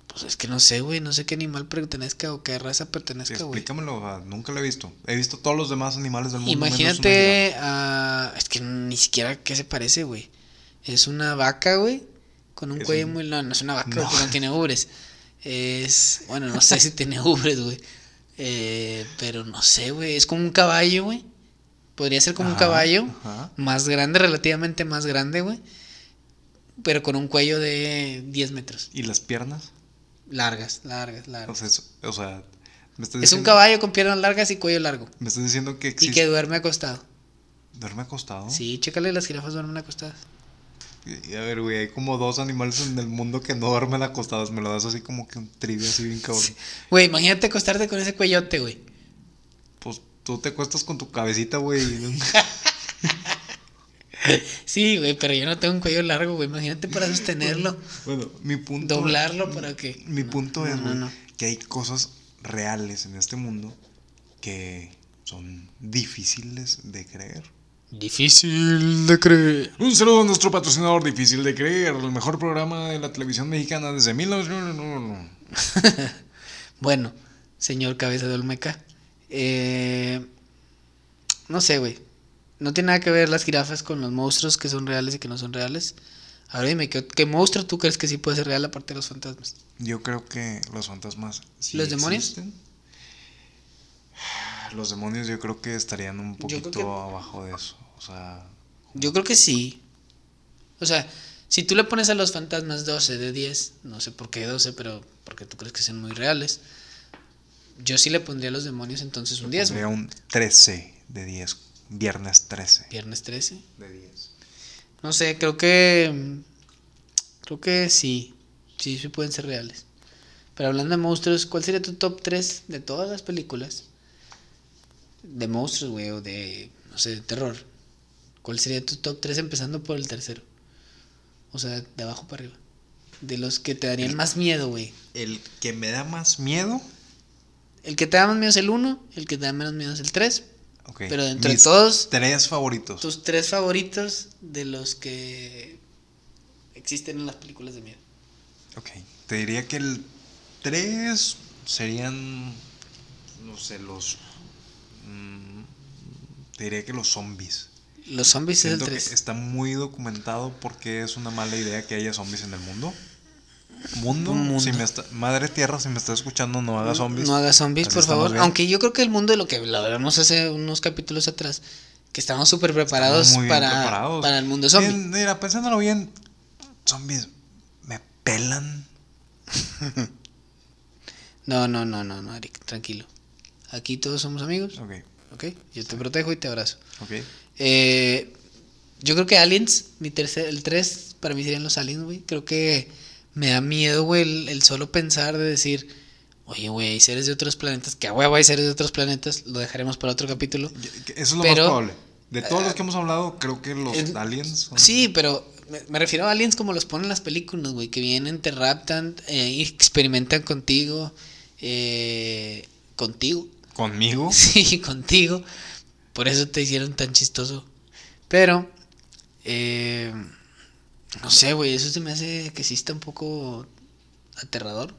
S2: Pues es que no sé, güey. No sé qué animal pertenezca o qué raza pertenezca, güey.
S1: Explícamelo, ah, nunca lo he visto. He visto todos los demás animales del mundo. menos una
S2: Imagínate a... Es que ni siquiera qué se parece, güey. Es una vaca, güey. Con un
S1: Es
S2: cuello
S1: un-
S2: muy... No, no es una vaca
S1: No.
S2: porque no tiene ubres. Es... Bueno, no sé si tiene ubres, güey. Eh, pero no sé, güey. Es como un caballo, güey. Podría ser como un
S1: Ajá,
S2: caballo.
S1: ajá.
S2: Más grande, relativamente más grande, güey. Pero con un cuello de 10 metros.
S1: ¿Y las piernas?
S2: Largas, largas, largas.
S1: O sea, es- o sea, me estás
S2: es
S1: diciendo,
S2: un caballo con piernas largas y cuello largo.
S1: Me estás diciendo que
S2: Y
S1: existe.
S2: que duerme acostado.
S1: ¿Duerme acostado?
S2: Sí, chécale, las jirafas duermen acostadas.
S1: Y- y A ver, güey, hay como dos animales en el mundo que no duermen acostados. Me lo das así como que un trivia así bien cabrón.
S2: Güey, imagínate acostarte con ese cuellote, güey.
S1: Pues tú te acuestas con tu cabecita, güey. y-
S2: Sí, güey, pero yo no tengo un cuello largo, güey. Imagínate para sostenerlo,
S1: bueno, mi punto.
S2: doblarlo para que.
S1: Mi
S2: No,
S1: punto
S2: no,
S1: es,
S2: no,
S1: güey,
S2: no.
S1: que hay cosas reales en este mundo que son difíciles de creer.
S2: Difícil de creer.
S1: Un saludo a nuestro patrocinador difícil de creer, el mejor programa de la televisión mexicana desde 1900.
S2: Bueno, señor cabeza de Olmeca. eh, no sé, güey. No tiene nada que ver las jirafas con los monstruos que son reales y que no son reales. Ahora dime, ¿qué, qué monstruo tú crees que sí puede ser real aparte de los fantasmas?
S1: Yo creo que los fantasmas. sí
S2: ¿Los demonios?
S1: existen. (sighs) Los demonios yo creo que estarían un
S2: Yo creo
S1: poquito
S2: que-
S1: abajo de eso. O sea,
S2: Yo creo que sí. O sea, si tú le pones a los fantasmas 12 de 10, no sé por qué 12, pero porque tú crees que son muy reales. Yo sí le pondría a los demonios entonces un 10, güey.
S1: sería un 13 de 10. Viernes 13
S2: Viernes 13.
S1: de 10.
S2: No sé, creo que. mm, Creo que sí. Sí, sí pueden ser reales. Pero hablando de monstruos, ¿cuál sería tu top 3 de todas las películas? De monstruos, güey, o de. No sé, de terror. ¿Cuál sería tu top 3 empezando por el tercero? O sea, de abajo para arriba. De los que te darían más miedo, güey.
S1: El que me da más miedo.
S2: El que te da más miedo es el 1, el que te da menos miedo es el 3.
S1: ok,
S2: Pero entre
S1: mis
S2: todos,
S1: Tres favoritos.
S2: tus tres favoritos de los que existen en las películas de miedo.
S1: Ok. Te diría que el 3 serían. No sé, los. mm, te diría que los zombies.
S2: Los zombies
S1: Siento
S2: es el
S1: que
S2: 3.
S1: está muy documentado porque es una mala idea que haya zombies en el mundo. Mundo,
S2: Un mundo.
S1: Si me está- Madre Tierra, si me está escuchando, no haga zombies.
S2: No haga zombies,
S1: Así
S2: por
S1: estamos
S2: favor.
S1: bien.
S2: Aunque yo creo que el mundo de lo que hablábamos hace unos capítulos atrás, que estábamos súper preparados,
S1: Muy bien
S2: para,
S1: preparados.
S2: para el mundo zombie.
S1: Bien, mira, pensándolo bien, zombies me pelan.
S2: No, no, no, no, no, Eric, tranquilo. Aquí todos somos amigos,
S1: Ok,
S2: ¿ok? Yo te protejo y te abrazo.
S1: ok.
S2: Eh, yo creo que Aliens, mi tercer, el 3 para mí serían los Aliens, güey. Creo que me da miedo, güey, el, el solo pensar de decir, oye, güey, hay seres de otros planetas, que a huevo hay seres de otros planetas, lo dejaremos para otro capítulo.
S1: Yo- que- Eso es lo
S2: Pero-
S1: más probable. De todos los que hemos hablado, creo que los
S2: en-
S1: aliens. son-
S2: Sí, pero me, me refiero a aliens como los ponen en las películas, güey, que vienen, te raptan, eh, experimentan contigo, eh, contigo,
S1: Conmigo.
S2: (laughs) sí, contigo, por eso te hicieron tan chistoso. Pero, eh, no sé, güey, eso se me hace que sí está un poco aterrador.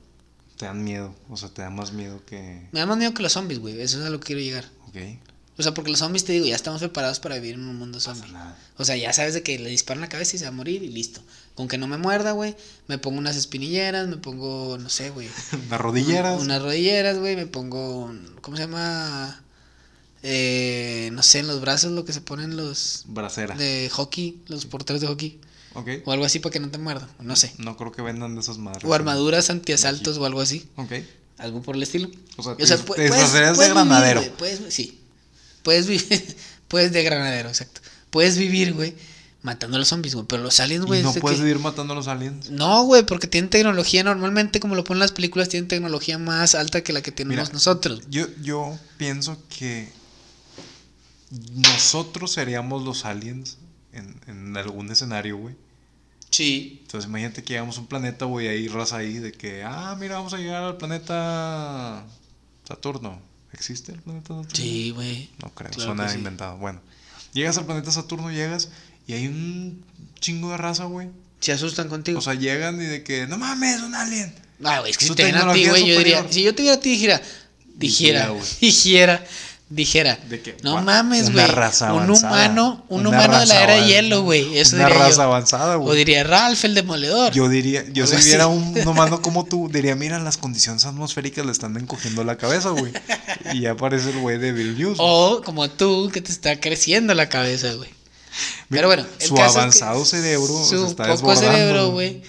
S1: Te dan miedo, o sea, te da más miedo que...
S2: Me da más miedo que los zombies, güey, eso es a lo que quiero llegar.
S1: Ok.
S2: O sea, porque los zombies, te digo, ya estamos preparados para vivir en un mundo
S1: o sea, (laughs)
S2: zombie.
S1: nada.
S2: O sea, ya sabes de que le disparan la cabeza y se va a morir y listo. Con que no me muerda, güey. Me pongo unas espinilleras, me pongo, no sé, güey.
S1: Las rodilleras.
S2: Unas rodilleras, güey. Me pongo, un- ¿cómo se llama? Eh, no sé, en los brazos lo que se ponen los
S1: Bracera.
S2: de hockey, los porteros de hockey.
S1: Ok.
S2: O algo así para que no te muerdan, no sé.
S1: No creo que vendan de esas madres.
S2: O Pues, armaduras antiasaltos o algo así.
S1: Ok.
S2: Algo por el estilo.
S1: O sea,
S2: O
S1: te,
S2: sea,
S1: te
S2: pu-
S1: disfrazarías de
S2: puedes vivir,
S1: granadero.
S2: (laughs) güey, puedes- sí. Puedes vivir. puedes de granadero, exacto. Puedes vivir, güey, matando a los zombies, güey. Pero los aliens,
S1: Y
S2: güey.
S1: no
S2: es de
S1: puedes
S2: que-
S1: vivir matando a los aliens.
S2: No, güey, porque tienen tecnología. Normalmente, como lo ponen las películas, tienen tecnología más alta que la que tenemos
S1: Mira,
S2: nosotros.
S1: Yo, yo pienso que nosotros seríamos los aliens en, en algún escenario, güey.
S2: Sí.
S1: Entonces imagínate que llegamos a un planeta, güey, ahí raza ahí de que, ah, mira, vamos a llegar al planeta Saturno. ¿Existe el planeta Saturno?
S2: Sí, güey.
S1: No creo,
S2: Claro
S1: suena
S2: que sí.
S1: inventado. Bueno, llegas al planeta Saturno, llegas y hay un chingo de raza, güey.
S2: Se asustan contigo.
S1: O sea, llegan y de que, no mames, un alien.
S2: ah, güey, es que si
S1: su
S2: te ven a ti,
S1: tecnología
S2: güey, yo diría.
S1: superior.
S2: Si yo te viera a ti, dijera.
S1: Dijera,
S2: Dijera,
S1: güey.
S2: dijera, dijera.
S1: De que,
S2: No
S1: "Guau,
S2: mames,
S1: una
S2: güey.
S1: raza
S2: Un
S1: avanzada,
S2: humano, un
S1: una
S2: humano de
S1: raza
S2: la era de
S1: avanzada,
S2: hielo, güey. Eso
S1: Una
S2: diría
S1: raza
S2: yo.
S1: avanzada,
S2: O
S1: güey.
S2: diría Ralph el demoledor.
S1: Yo diría, yo si
S2: Algo así.
S1: viera un un humano como tú, diría, mira, las condiciones atmosféricas le están encogiendo la cabeza, güey. Y ya aparece el güey de Bill News.
S2: O como tú, que te está creciendo la cabeza, güey.
S1: Mira,
S2: Pero bueno,
S1: su avanzado cerebro se
S2: Su
S1: está
S2: poco
S1: desbordando.
S2: cerebro, güey.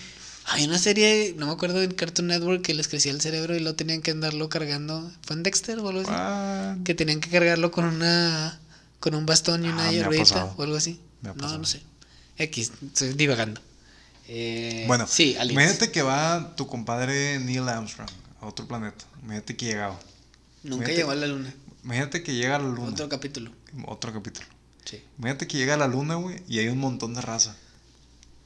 S2: Hay una serie, no me acuerdo, en Cartoon Network que les crecía el cerebro y lo tenían que andarlo cargando. ¿Fue en Dexter o algo así?
S1: Ah,
S2: Que tenían que cargarlo con una con un bastón y
S1: Ah, me
S2: una
S1: ha
S2: hierrita
S1: pasado.
S2: o algo así.
S1: Me ha
S2: No,
S1: pasado.
S2: no sé. X, estoy divagando. Eh,
S1: Bueno,
S2: sí, aliens.
S1: imagínate que va tu compadre Neil Armstrong a otro planeta. Imagínate que llegaba.
S2: Nunca
S1: imagínate-
S2: llegó a la luna.
S1: Imagínate que llega a la luna.
S2: Otro capítulo.
S1: Otro capítulo.
S2: Sí.
S1: Imagínate que llega a la luna, güey, y hay un montón de raza.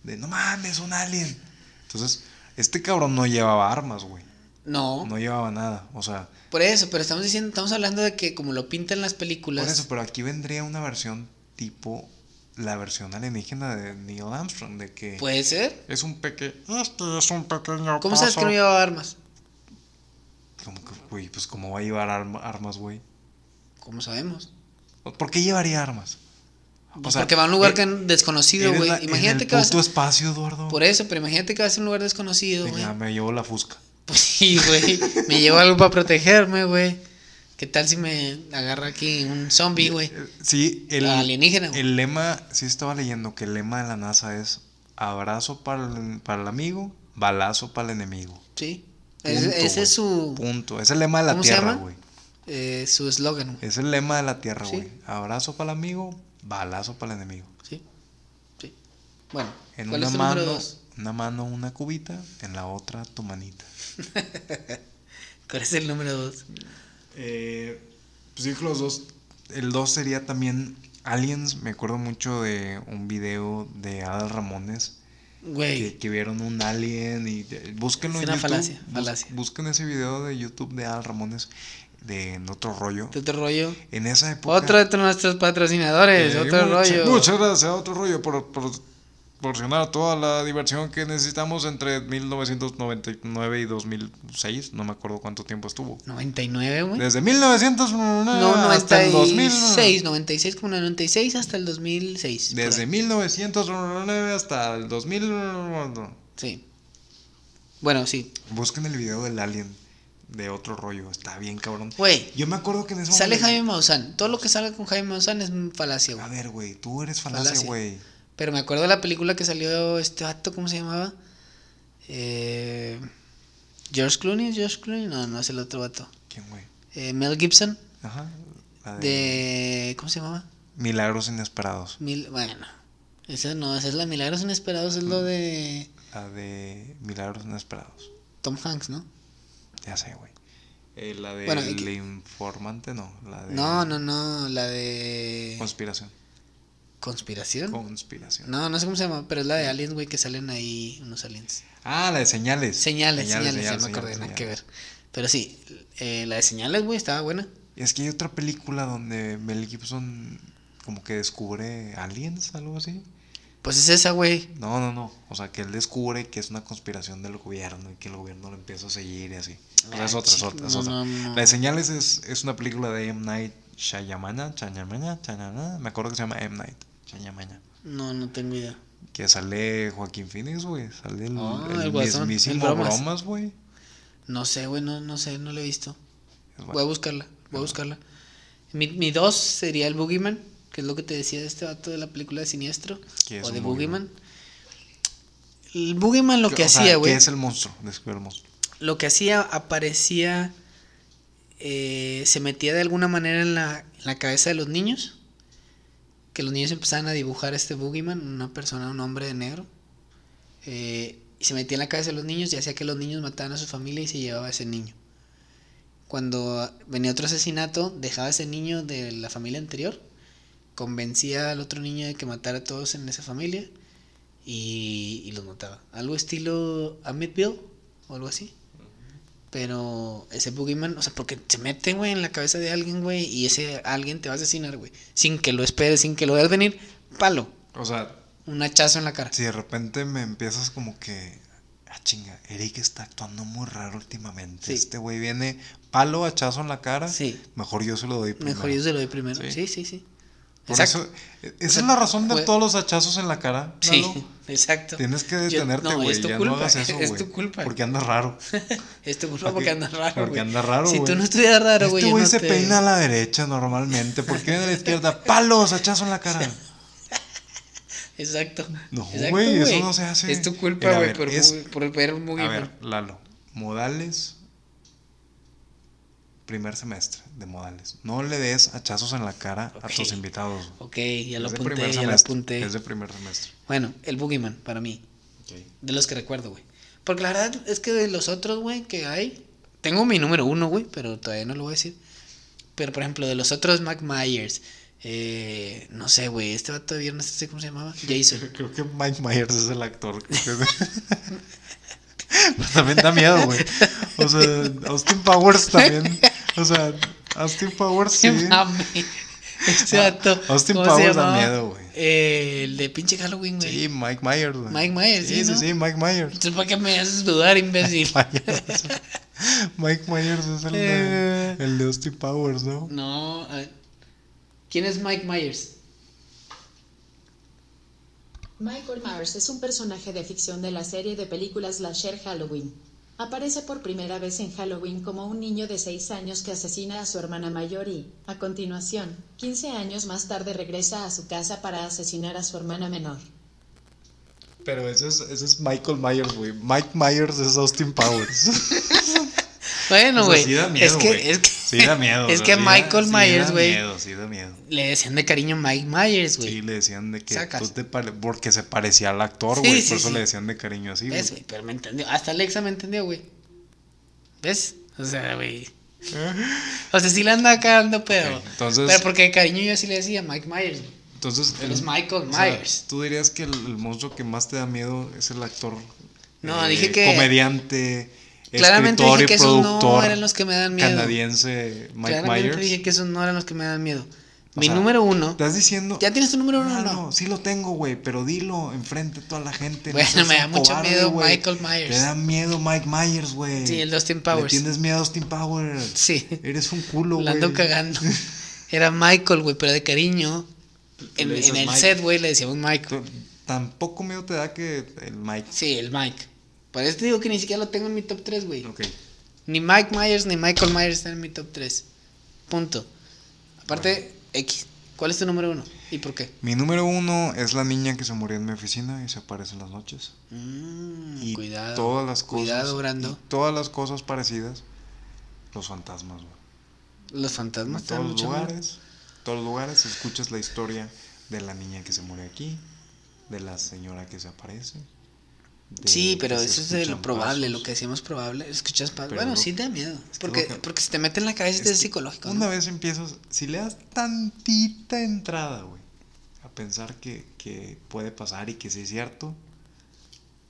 S1: De no mames, un alien. Entonces, este cabrón no llevaba armas, güey.
S2: No,
S1: No llevaba nada. O sea,
S2: por eso, pero estamos diciendo, estamos hablando de que como lo pintan las películas.
S1: por eso, pero aquí vendría una versión tipo la versión alienígena de Neil Armstrong, de que
S2: Puede ser.
S1: es un pequeño. Este es un pequeño.
S2: ¿Cómo sabes que
S1: paso.
S2: no llevaba armas?
S1: Como que, güey, pues cómo va a llevar arma- armas, güey.
S2: ¿Cómo sabemos?
S1: ¿Por qué llevaría armas? sea,
S2: Porque va a un lugar
S1: eh,
S2: que desconocido,
S1: Eres
S2: güey.
S1: la- en
S2: Imagínate
S1: el
S2: que vas
S1: puto
S2: a...
S1: espacio, Eduardo.
S2: Por eso, pero imagínate que vas a un lugar desconocido,
S1: Y
S2: güey.
S1: ya me llevo la fusca.
S2: Pues sí, güey. Me llevo algo para protegerme, güey. ¿Qué tal si me agarra aquí un zombie, güey?
S1: Eh, Sí, el,
S2: Alienígena, güey.
S1: el lema, sí estaba leyendo que el lema de la NASA es abrazo para el, para el amigo, balazo para el enemigo.
S2: Sí.
S1: Punto,
S2: Ese- ese es su
S1: Punto. Es el lema de la
S2: ¿Cómo se
S1: Tierra,
S2: llama?
S1: güey.
S2: eh, su eslogan, güey.
S1: Es el lema de la Tierra,
S2: Sí.
S1: güey. Abrazo para el amigo, balazo para el enemigo.
S2: Sí. Sí. Bueno,
S1: En
S2: ¿cuál
S1: una
S2: es tu
S1: mano,
S2: número dos?
S1: una mano una cubita, en la otra tu manita.
S2: ¿Cuál es el número dos?
S1: Eh, pues yo creo que los dos. El 2 sería también Aliens. Me acuerdo mucho de un video de Adal Ramones que,
S2: Güey.
S1: que vieron un alien y eh, búsquenlo
S2: Es
S1: en
S2: una
S1: YouTube,
S2: falacia,
S1: bus-
S2: falacia.
S1: Busquen ese video de YouTube de Adal Ramones de en otro rollo.
S2: ¿De otro rollo?
S1: En esa época.
S2: Otro de nuestros patrocinadores,
S1: Eh,
S2: Pues, otro
S1: mucha-
S2: rollo.
S1: Muchas gracias, otro rollo por, por proporcionar toda la diversión que necesitamos entre 1999 y 2006. No me acuerdo cuánto tiempo estuvo.
S2: 99, güey.
S1: Desde 1900
S2: ¿Eh? No,
S1: hasta el 2000.
S2: 96, 96 como en el 96 hasta el 2006. por
S1: Desde
S2: ahí.
S1: 1999 hasta el 2000.
S2: Sí. Bueno, sí.
S1: Busquen el video del alien de otro rollo, está bien cabrón.
S2: Güey,
S1: Yo me acuerdo que en ese
S2: sale
S1: momento-
S2: Jaime Maussan. Todo lo que salga con Jaime Maussan es falacia,
S1: A
S2: güey.
S1: ver, güey, tú eres
S2: Falacia.
S1: falacia, güey.
S2: Pero me acuerdo de la película que salió este acto, ¿cómo se llamaba? Eh, George Clooney, ¿es George Clooney, no, no es el otro vato.
S1: ¿Quién, güey?
S2: Eh, Mel Gibson,
S1: Ajá. la de
S2: de... ¿Cómo se llamaba?
S1: Milagros Inesperados.
S2: Mil, bueno, esa no, esa es la Milagros Inesperados, es lo de
S1: La de Milagros Inesperados.
S2: Tom Hanks, ¿no?
S1: Ya sé, güey. Eh, la de
S2: Bueno, y
S1: El
S2: que-
S1: Informante, no. La de
S2: No, no, no, la de...
S1: Conspiración.
S2: ¿Conspiración?
S1: Conspiración.
S2: No, no sé cómo se llama, pero es la de aliens, güey, que salen ahí unos aliens.
S1: Ah, la de señales.
S2: Señales, señales, ya me acordé,
S1: señales,
S2: nada
S1: señales.
S2: que ver. Pero sí, eh, la de señales, güey, estaba buena.
S1: Es que hay otra película donde Mel Gibson como que descubre aliens, algo así.
S2: Pues es esa, güey.
S1: No, no, no. O sea, que él descubre que es una conspiración del gobierno y que el gobierno lo empieza a seguir y así. O sea, Pues es
S2: Ah,
S1: otra, es
S2: chico,
S1: otra, es
S2: no,
S1: otra.
S2: no, no.
S1: La de Señales es, es una película de M. Night Shyamana, Shyamana, Shyamana. Me acuerdo que se llama M. Night Shyamana.
S2: No, no tengo idea.
S1: Que sale Joaquín Phoenix, güey. Sale el,
S2: Ah,
S1: el
S2: el guasón,
S1: mismísimo
S2: el bromas.
S1: Bromas, güey.
S2: No sé, güey, no, no sé, no la he visto.
S1: Es
S2: Voy a
S1: bueno.
S2: buscarla, voy a buscarla. Mi, mi dos sería el Boogeyman, que es lo que te decía de este vato de la película de Siniestro.
S1: ¿Qué es
S2: O
S1: un
S2: de
S1: boogeyman?
S2: Boogeyman. El Boogeyman lo que
S1: O sea,
S2: hacía, güey.
S1: Que es el monstruo, descubre el monstruo.
S2: lo que hacía aparecía, eh, se metía de alguna manera en la, en la cabeza de los niños que los niños empezaban a dibujar este boogeyman, una persona, un hombre de negro. eh, y se metía en la cabeza de los niños y hacía que los niños mataran a su familia y se llevaba a ese niño. Cuando venía otro asesinato, dejaba a ese niño de la familia anterior, convencía al otro niño de que matara a todos en esa familia y, y los mataba. Algo estilo Amityville o algo así. Pero ese Boogeyman, o sea, porque se mete, güey, en la cabeza de alguien, güey, y ese alguien te va a asesinar, güey. Sin que lo esperes, sin que lo veas venir, palo,
S1: O sea,
S2: un hachazo en la cara.
S1: si de repente me empiezas como que. Ah, chinga, Eric está actuando muy raro últimamente.
S2: Sí.
S1: Este güey viene palo, hachazo en la cara.
S2: Sí.
S1: Mejor yo se lo doy primero.
S2: Mejor yo se lo doy primero.
S1: Sí.
S2: Sí, sí, sí. sí.
S1: Por eso, e- esa
S2: sea,
S1: es la razón de
S2: güey.
S1: todos los hachazos en la cara. Lalo.
S2: Sí, (laughs) exacto.
S1: Tienes que
S2: Yo-
S1: detenerte,
S2: no,
S1: güey.
S2: es tu
S1: ya no
S2: culpa,
S1: hagas eso, güey.
S2: (laughs) es tu culpa.
S1: Porque anda raro.
S2: Es tu
S1: Porque-
S2: culpa Este porque anda raro,
S1: porque
S2: güey.
S1: anda raro,
S2: Si
S1: güey.
S2: tú no estuvieras raro, güey,
S1: este
S2: yo
S1: güey
S2: no
S1: se
S2: te-
S1: peina a la derecha normalmente. ¿Por qué viene a la
S2: (laughs)
S1: izquierda? ¡Palos! ¡Hachazo en la cara!
S2: Exacto.
S1: No,
S2: exacto,
S1: güey, eso no se hace.
S2: Es tu
S1: Mira, a
S2: culpa, güey,
S1: ver,
S2: por,
S1: es-
S2: bu- por ver un
S1: A
S2: Boogeyman.
S1: ver, Lalo. Modales. Primer semestre de modales. No le des hachazos en la cara
S2: Ok.
S1: a tus invitados. güey.
S2: Ok, ya lo
S1: Es de primer
S2: apunté, ya lo
S1: semestre,
S2: apunté.
S1: Es de primer semestre.
S2: Bueno, el Boogeyman, para mí. De los que recuerdo, güey. Porque la verdad es que de los otros, güey, que hay. Tengo mi número uno, güey, pero todavía no lo voy a decir. Pero por ejemplo, de los otros, Mac Myers. eh, no sé, güey, este vato de viernes, este, ¿cómo se llamaba? Jason.
S1: Creo que Mike Myers es el actor. Pero también da miedo, güey. O sea, Austin Powers también. O sea, Austin Powers (laughs) sí.
S2: (laughs) Mame. Este
S1: Ah,
S2: vato.
S1: Austin
S2: ¿cómo se
S1: Powers da
S2: llamaba?
S1: miedo, güey.
S2: Eh, el de pinche Halloween, güey.
S1: Sí, Mike Myers, güey.
S2: Mike Myers, sí,
S1: Sí, sí,
S2: ¿no?
S1: sí, Mike Myers.
S2: Entonces, ¿para qué me haces
S1: (laughs)
S2: dudar, imbécil?
S1: Myers. Mike Myers es el de,
S2: Eh.
S1: el de Austin Powers, ¿no?
S2: (laughs) no. a ver. ¿Quién es Mike Myers?
S3: Michael Myers es un personaje de ficción de la serie de películas Slasher Halloween. Aparece por primera vez en Halloween como un niño de 6 años que asesina a su hermana mayor y, a continuación, 15 años más tarde regresa a su casa para asesinar a su hermana menor.
S1: Pero ese es, ese es Michael Myers, güey. Mike Myers es Austin Powers.
S2: Bueno,
S1: O sea,
S2: güey.
S1: Pues, sí da miedo,
S2: es que,
S1: güey.
S2: es que,
S1: Sí, da miedo. o
S2: (laughs) Es
S1: sea,
S2: que
S1: sí da-
S2: Michael
S1: sí
S2: Myers,
S1: da
S2: güey.
S1: miedo, sí da miedo.
S2: Le decían de cariño Mike Myers, güey.
S1: Sí, le decían de que
S2: Sacas.
S1: tú te pare- porque se parecía al actor,
S2: Sí,
S1: güey.
S2: sí,
S1: por eso
S2: sí.
S1: le decían de cariño así, güey.
S2: ¿Ves, güey? Pero me entendió. Hasta Alexa me entendió, güey. ¿Ves? O
S1: (laughs)
S2: sea, güey. O sea, sí le anda acá dando pedo.
S1: Ok, entonces-
S2: Pero porque de cariño yo sí le decía Mike Myers, güey.
S1: Entonces,
S2: Pero es Michael
S1: Mm. o sea,
S2: Myers.
S1: tú dirías que el, el monstruo que más te da miedo es el actor. eh,
S2: No, dije que-
S1: Comediante,
S2: Claramente
S1: escritor
S2: dije que
S1: y
S2: esos
S1: productor
S2: no eran los que me dan miedo.
S1: canadiense Mike
S2: Claramente
S1: Myers.
S2: dije que esos no eran los que me dan miedo.
S1: O
S2: Mi
S1: sea,
S2: número uno.
S1: Estás diciendo.
S2: ¿Ya tienes tu número uno o
S1: "Ah,
S2: no?
S1: no, sí lo tengo, güey, pero dilo enfrente a toda la gente. no
S2: Bueno,
S1: seas
S2: me
S1: un
S2: da mucho
S1: cobarde,
S2: miedo
S1: güey.
S2: Michael Myers.
S1: Te da miedo Mike Myers, güey.
S2: Sí, el de Austin
S1: Le
S2: Powers.
S1: tienes miedo a Austin Powers.
S2: Sí.
S1: Eres un culo, güey.
S2: La ando cagando. (laughs) Era Michael, güey, pero de cariño.
S1: Le
S2: En, en
S1: dices
S2: el
S1: Mike.
S2: set, güey, le decíamos Michael.
S1: Tú- Tampoco miedo te da que el Mike.
S2: Sí, el Mike. Por eso te digo que ni siquiera lo tengo en mi top 3, güey.
S1: Ok.
S2: Ni Mike Myers ni Michael Myers están en mi top 3. Punto. Aparte, X. ¿Cuál es tu número uno? ¿Y por qué?
S1: Mi número uno es la niña que se murió en mi oficina y se aparece en las noches.
S2: Mm,
S1: Y
S2: cuidado.
S1: todas las cosas.
S2: Cuidado,
S1: y
S2: Brando.
S1: todas las cosas parecidas. Los fantasmas, güey.
S2: Los
S1: En
S2: fantasmas están
S1: todos los
S2: mucho mal.
S1: lugares. Todos los lugares escuchas la historia de la niña que se murió aquí. De la señora que se aparece. de
S2: Sí, pero
S1: que se
S2: eso es de lo
S1: escuchan
S2: probable,
S1: pasos.
S2: lo que decíamos probable. Escuchas pa-
S1: Pero
S2: Bueno,
S1: lo-
S2: sí da miedo.
S1: es que
S2: Porque,
S1: lo que-
S2: porque se te mete en la cabeza y
S1: Es
S2: te Este es
S1: que
S2: psicológico. ¿no?
S1: Una vez empiezas, si le das tantita entrada, güey, a pensar que, que puede pasar y que sí es cierto,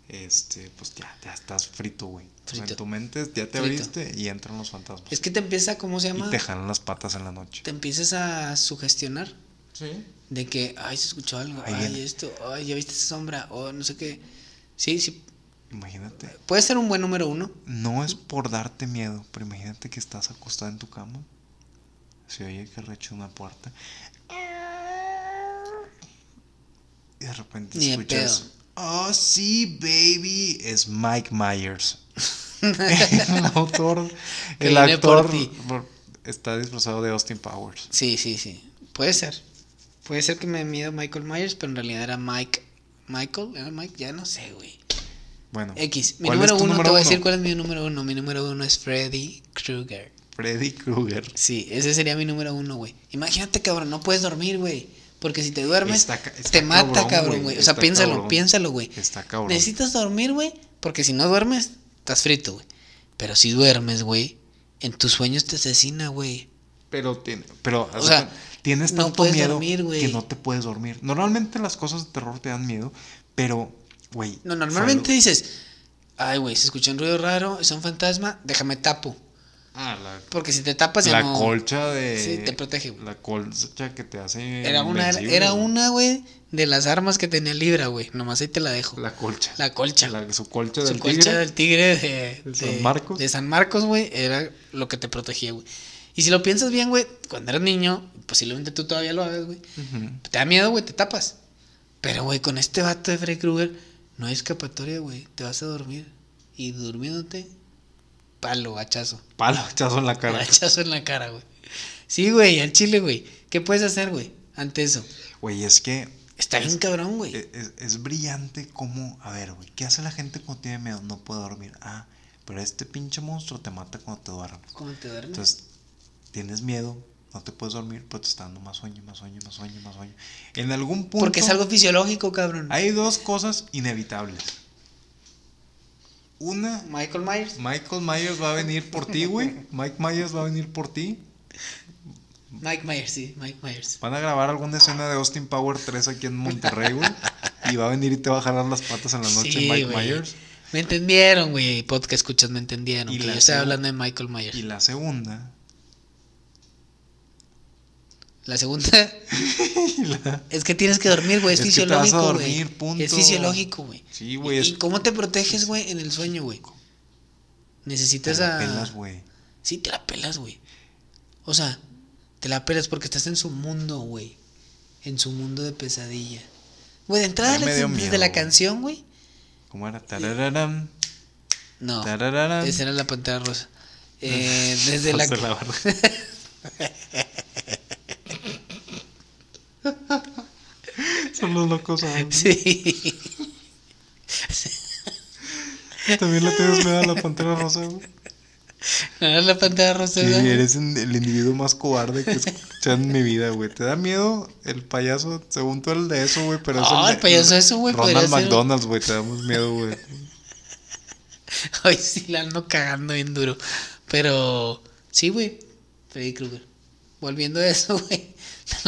S1: este, pues ya, ya estás frito, güey. O sea,
S2: Frito.
S1: en tu mente ya te
S2: Frito.
S1: abriste y entran los fantasmas.
S2: Es que te empieza, ¿cómo se
S1: y
S2: llama?
S1: te jalan las patas en la noche.
S2: Te empiezas a sugestionar
S1: Sí.
S2: de que, ay, se escuchó algo,
S1: Ahí
S2: ay,
S1: viene.
S2: esto, ay, ya viste esa sombra, o no sé qué. Sí, sí,
S1: Imagínate.
S2: puede ser un buen número uno.
S1: No es por darte miedo, pero imagínate que estás acostada en tu cama. Se oye que recha una puerta. Y de repente
S2: Ni de
S1: escuchas.
S2: pedo.
S1: Oh, sí, baby. Es Mike
S2: (laughs)
S1: Myers. el autor.
S2: Que
S1: El
S2: viene por
S1: actor.
S2: ti.
S1: por- Está disfrazado de Austin Powers.
S2: Sí, sí, sí, puede ser. Puede ser que me dé miedo Michael Myers, pero en realidad era Mike. Michael, era Mike, ya no sé, güey.
S1: Bueno.
S2: X, mi
S1: ¿cuál es
S2: número
S1: tu
S2: uno, te voy a
S1: uno?
S2: decir cuál es mi número uno. Mi número uno es Freddy Krueger.
S1: Freddy Krueger.
S2: Sí, ese sería mi número uno, güey. Imagínate, cabrón, no puedes dormir, güey. Porque si te duermes,
S1: Está ca- está
S2: te mata,
S1: cabrón,
S2: cabrón,
S1: güey,
S2: güey. O sea,
S1: está
S2: piénsalo,
S1: cabrón.
S2: piénsalo, güey.
S1: Está cabrón.
S2: Necesitas dormir, güey, porque si no duermes, estás frito, güey. Pero si duermes, güey, en tus sueños te asesina, güey.
S1: Pero, tiene- pero haz de
S2: sea,
S1: cuenta, tienes
S2: no
S1: tanto
S2: puedes
S1: miedo
S2: dormir, güey.
S1: que no te puedes dormir. Normalmente las cosas de terror te dan miedo, pero, güey.
S2: No, normalmente
S1: fue
S2: dices, ay, güey, se escucha un ruido raro, es un fantasma, déjame tapo.
S1: lo- Ah, la,
S2: Porque si te tapas, Pues ya
S1: la
S2: no.
S1: colcha de.
S2: Sí, te protege, güey.
S1: La colcha que te hace.
S2: Era una,
S1: invencible,
S2: era
S1: güey.
S2: una, güey, de las armas que tenía Libra, güey. Nomás ahí te la dejo. La,
S1: La colcha.
S2: colcha.
S1: La- su colcha
S2: Su
S1: del
S2: colcha
S1: tigre.
S2: del tigre de,
S1: ¿De
S2: de-
S1: San Marcos?
S2: de San Marcos, güey, era lo que te protegía, güey. Y si lo piensas bien, güey, cuando eras niño, posiblemente tú todavía lo hagas, güey.
S1: Ujú.
S2: Te da miedo, güey, te tapas. Pero, güey, con este vato de Freddy Krueger, no hay escapatoria, güey. Te vas a dormir. Y durmiéndote, palo, hachazo.
S1: Palo, chazo en la (laughs) cara.
S2: Hachazo en la cara, güey. Sí, güey, al chile, güey. ¿Qué puedes hacer, güey, ante eso?
S1: Güey, es que
S2: Está bien cabrón, güey.
S1: e- es, es brillante como. A ver, güey, ¿qué hace la gente cuando tiene miedo? No puede dormir. Ah, pero este pinche monstruo te mata cuando te duermes.
S2: ¿Cómo te duermes?
S1: Entonces, tienes miedo, no te puedes dormir, pero te está dando más sueño, más sueño, más sueño, más sueño. En algún punto.
S2: Porque es algo fisiológico, cabrón.
S1: Hay dos cosas inevitables. Una,
S2: Michael Myers.
S1: Michael Myers va a venir por ti, güey. Mike Myers va a venir por ti.
S2: Mike Myers, sí, Mike Myers.
S1: Van a grabar alguna escena de Austin Power 3 aquí en Monterrey, güey. Y va a venir y te va a jalar las patas en la noche
S2: Sí,
S1: Mike
S2: güey.
S1: Myers.
S2: Me entendieron, güey. Podcast escuchas, me entendieron.
S1: Y
S2: que
S1: la
S2: yo estaba
S1: seg-
S2: hablando de Michael Myers.
S1: Y la segunda. (laughs)
S2: La segunda es que tienes que dormir, güey. Es,
S1: Es que te vas a
S2: fisiológico, güey.
S1: dormir, punto.
S2: Es fisiológico, güey.
S1: Sí, güey, es-
S2: ¿Y cómo te proteges, güey, en el sueño, güey?
S1: Te
S2: Necesitas
S1: la
S2: a.
S1: pelas, güey.
S2: Sí, te la pelas, güey. O sea, te la pelas porque estás en su mundo, güey. En su mundo de pesadilla. Güey, de entrada,
S1: Ya me
S2: Alex,
S1: dio
S2: desde
S1: miedo,
S2: la
S1: güey.
S2: canción, güey.
S1: ¿Cómo era? Tarararam,
S2: No,
S1: tarararam.
S2: esa era la pantera rosa. Eh,
S1: (laughs)
S2: desde
S1: Hasta
S2: la.
S1: la barra. Son los locos. ¿sabes?
S2: (laughs) Sí. (laughs)
S1: También la tienes miedo a la pantera rosa, güey.
S2: No era la pantera rosa,
S1: Sí,
S2: ¿verdad?
S1: eres en- el individuo más cobarde que he escuchado en mi vida, güey. ¿Te da miedo el payaso? Según tú el de eso, güey, pero es
S2: Ah,
S1: de-
S2: el payaso eso, güey,
S1: Ronald
S2: podría ser-
S1: McDonald's, güey, te damos miedo, güey.
S2: (laughs) Ay, sí, la ando cagando bien duro. Pero sí, güey. Freddy Krueger. Volviendo a eso, (laughs) güey. de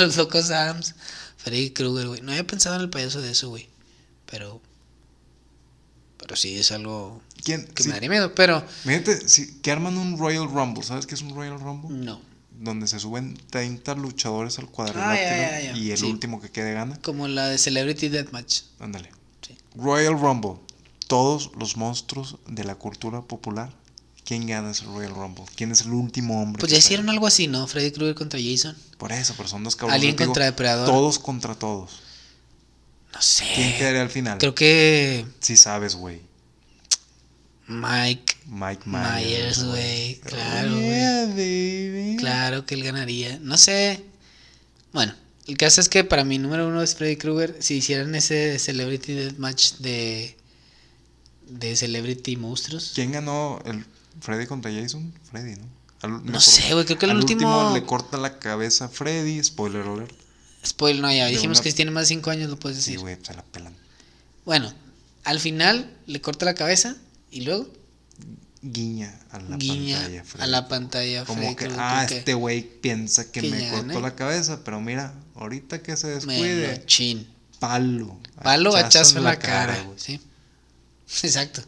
S2: Los locos Adams. Freddy Krueger, güey. No había pensado en el payaso de eso, güey. Pero. Pero sí, es algo
S1: ¿Quién?
S2: que
S1: Sí,
S2: me daría miedo. Pero
S1: Fíjate, sí, que arman un Royal Rumble, ¿sabes qué es un Royal Rumble?
S2: no.
S1: Donde se suben 30 luchadores al cuadrilátero
S2: ya, ya, ya.
S1: y el
S2: Sí.
S1: último que quede gana.
S2: Como la de Celebrity Deathmatch.
S1: Ándale.
S2: Sí.
S1: Royal Rumble. Todos los monstruos de la cultura popular. ¿Quién gana ese Royal Rumble? ¿Quién es el último hombre?
S2: Pues
S1: que
S2: ya
S1: está
S2: hicieron algo así, ¿no? Freddy Krueger contra Jason.
S1: ahí? Por eso, pero son dos cabrones.
S2: Alien
S1: Te digo,
S2: contra Depredador.
S1: Todos contra todos.
S2: No
S1: ¿Quién
S2: sé.
S1: quedaría al final?
S2: Eh, Creo que
S1: Sí sabes, güey.
S2: Mike
S1: Mike Myers,
S2: Myers, güey. Claro,
S1: Oh,
S2: güey.
S1: yeah, baby.
S2: Claro que él ganaría. No sé. Bueno, el caso es que para mi número uno es Freddy Krueger. Si hicieran ese Celebrity Deathmatch de. de Celebrity Monstruos.
S1: ¿Quién ganó el Freddy contra Jason? Freddy, ¿no? Al- me
S2: No
S1: acuerdo.
S2: sé, güey. Creo que el
S1: Al
S2: último.
S1: le corta la cabeza a Freddy. Spoiler alert.
S2: Spoiler, no, ya
S1: de
S2: dijimos
S1: una-
S2: que si tiene más de 5 años lo puedes
S1: Sí,
S2: decir.
S1: güey, se la pelan.
S2: bueno, al final le corta la cabeza y luego
S1: Guiña a la
S2: guiña
S1: pantalla, Freddy.
S2: a la pantalla. Freddy
S1: Como que,
S2: Krueger,
S1: ah,
S2: creo
S1: este güey piensa que,
S2: que
S1: me
S2: ya
S1: cortó
S2: gané.
S1: la cabeza, pero mira, ahorita que se
S2: me lo
S1: descuide,
S2: chin.
S1: palo.
S2: Palo, hachazo en la, cara,
S1: güey.
S2: sí. (laughs) Exacto.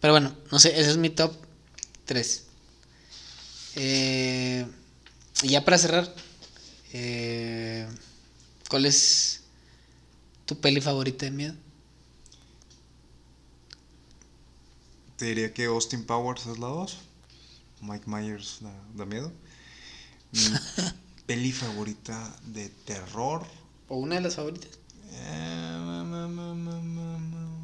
S2: Pero bueno, no sé, ese es mi top 3. Eh, y ya para cerrar, eh, ¿cuál es tu peli favorita de miedo?
S1: Te diría que Austin Powers es la 2. Mike Myers da, da miedo.
S2: (laughs)
S1: Mi peli favorita de terror.
S2: ¿O una de las favoritas?
S1: eh, ma, ma, ma, ma, ma, ma.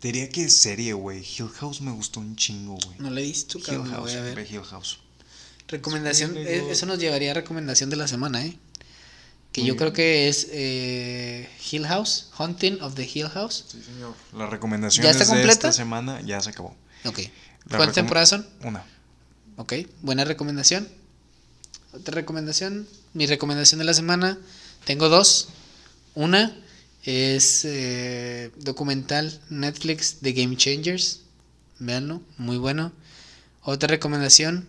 S1: Te diría que serie, güey. Hill House me gustó un chingo, güey.
S2: No la he visto, cabrón,
S1: Hill
S2: la
S1: House,
S2: voy a
S1: ve
S2: ver.
S1: Hill House.
S2: Recomendación,
S1: Sí,
S2: eh,
S1: luego-
S2: eso nos llevaría a recomendación de la semana, ¿eh? Que
S1: Muy
S2: yo creo
S1: bien.
S2: que es eh, Hill House, Haunting of the Hill House.
S1: Sí, señor. La recomendación
S2: ¿Ya está
S1: es de
S2: completa?
S1: esta semana ya se acabó.
S2: Ok.
S1: La
S2: ¿Cuántas
S1: recom-
S2: temporadas son?
S1: Una.
S2: Ok, buena recomendación. otra recomendación. Mi recomendación de la semana, tengo dos. Una es eh, documental Netflix de Game Changers. Veanlo, muy bueno. Otra recomendación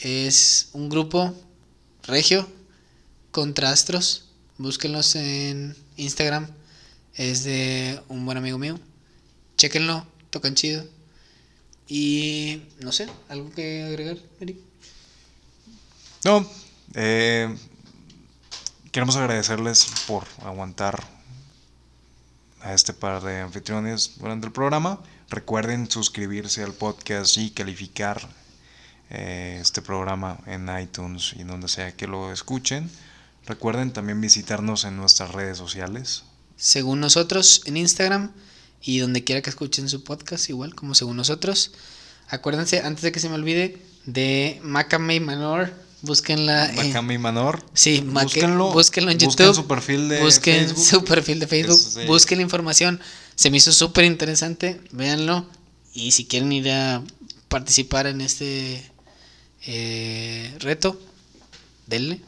S2: es un grupo regio contra astros. Búsquenlos en Instagram. Es de un buen amigo mío. Chequenlo, tocan chido. Y no sé, ¿algo que agregar, Eric?
S1: No, eh, queremos agradecerles por aguantar a este par de anfitriones durante el programa. Recuerden suscribirse al podcast y calificar eh, este programa en iTunes y donde sea que lo escuchen. Recuerden también visitarnos en nuestras redes sociales.
S2: Según nosotros, en Instagram y donde quiera que escuchen su podcast, igual como según nosotros. Acuérdense, antes de que se me olvide, de Macame Manor. Búsquenla. en-
S1: Macami Manor.
S2: Eh, Sí, Maca-
S1: búsquenlo,
S2: búsquenlo en
S1: busquen
S2: YouTube,
S1: su perfil de
S2: busquen
S1: Facebook.
S2: su (laughs) perfil de Facebook.
S1: Es, eh,
S2: Busquen la información. Se me hizo súper interesante. Véanlo. Y si quieren ir a participar en este eh, reto, denle.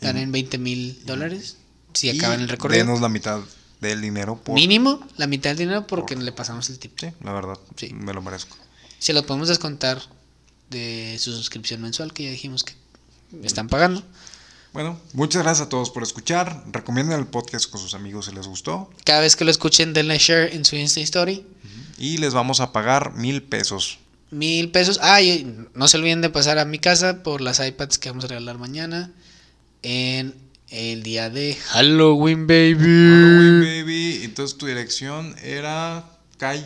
S2: Ganen 20 mil dólares. Si
S1: y
S2: acaban el recorrido.
S1: Denos la mitad del dinero por.
S2: Mínimo la mitad del dinero porque
S1: por-
S2: le pasamos el tip.
S1: Sí, la verdad.
S2: Sí.
S1: Me lo merezco.
S2: Se lo podemos descontar de su suscripción mensual que ya dijimos que están pagando.
S1: Bueno, muchas gracias a todos por escuchar. Recomienden el podcast con sus amigos si les gustó.
S2: Cada vez que lo escuchen, denle share en su Insta Story.
S1: Y les vamos a pagar mil pesos.
S2: Mil pesos. Ah, y no se olviden de pasar a mi casa por las iPads que vamos a regalar mañana en el día de Halloween, baby.
S1: Halloween, baby. Entonces tu dirección era calle.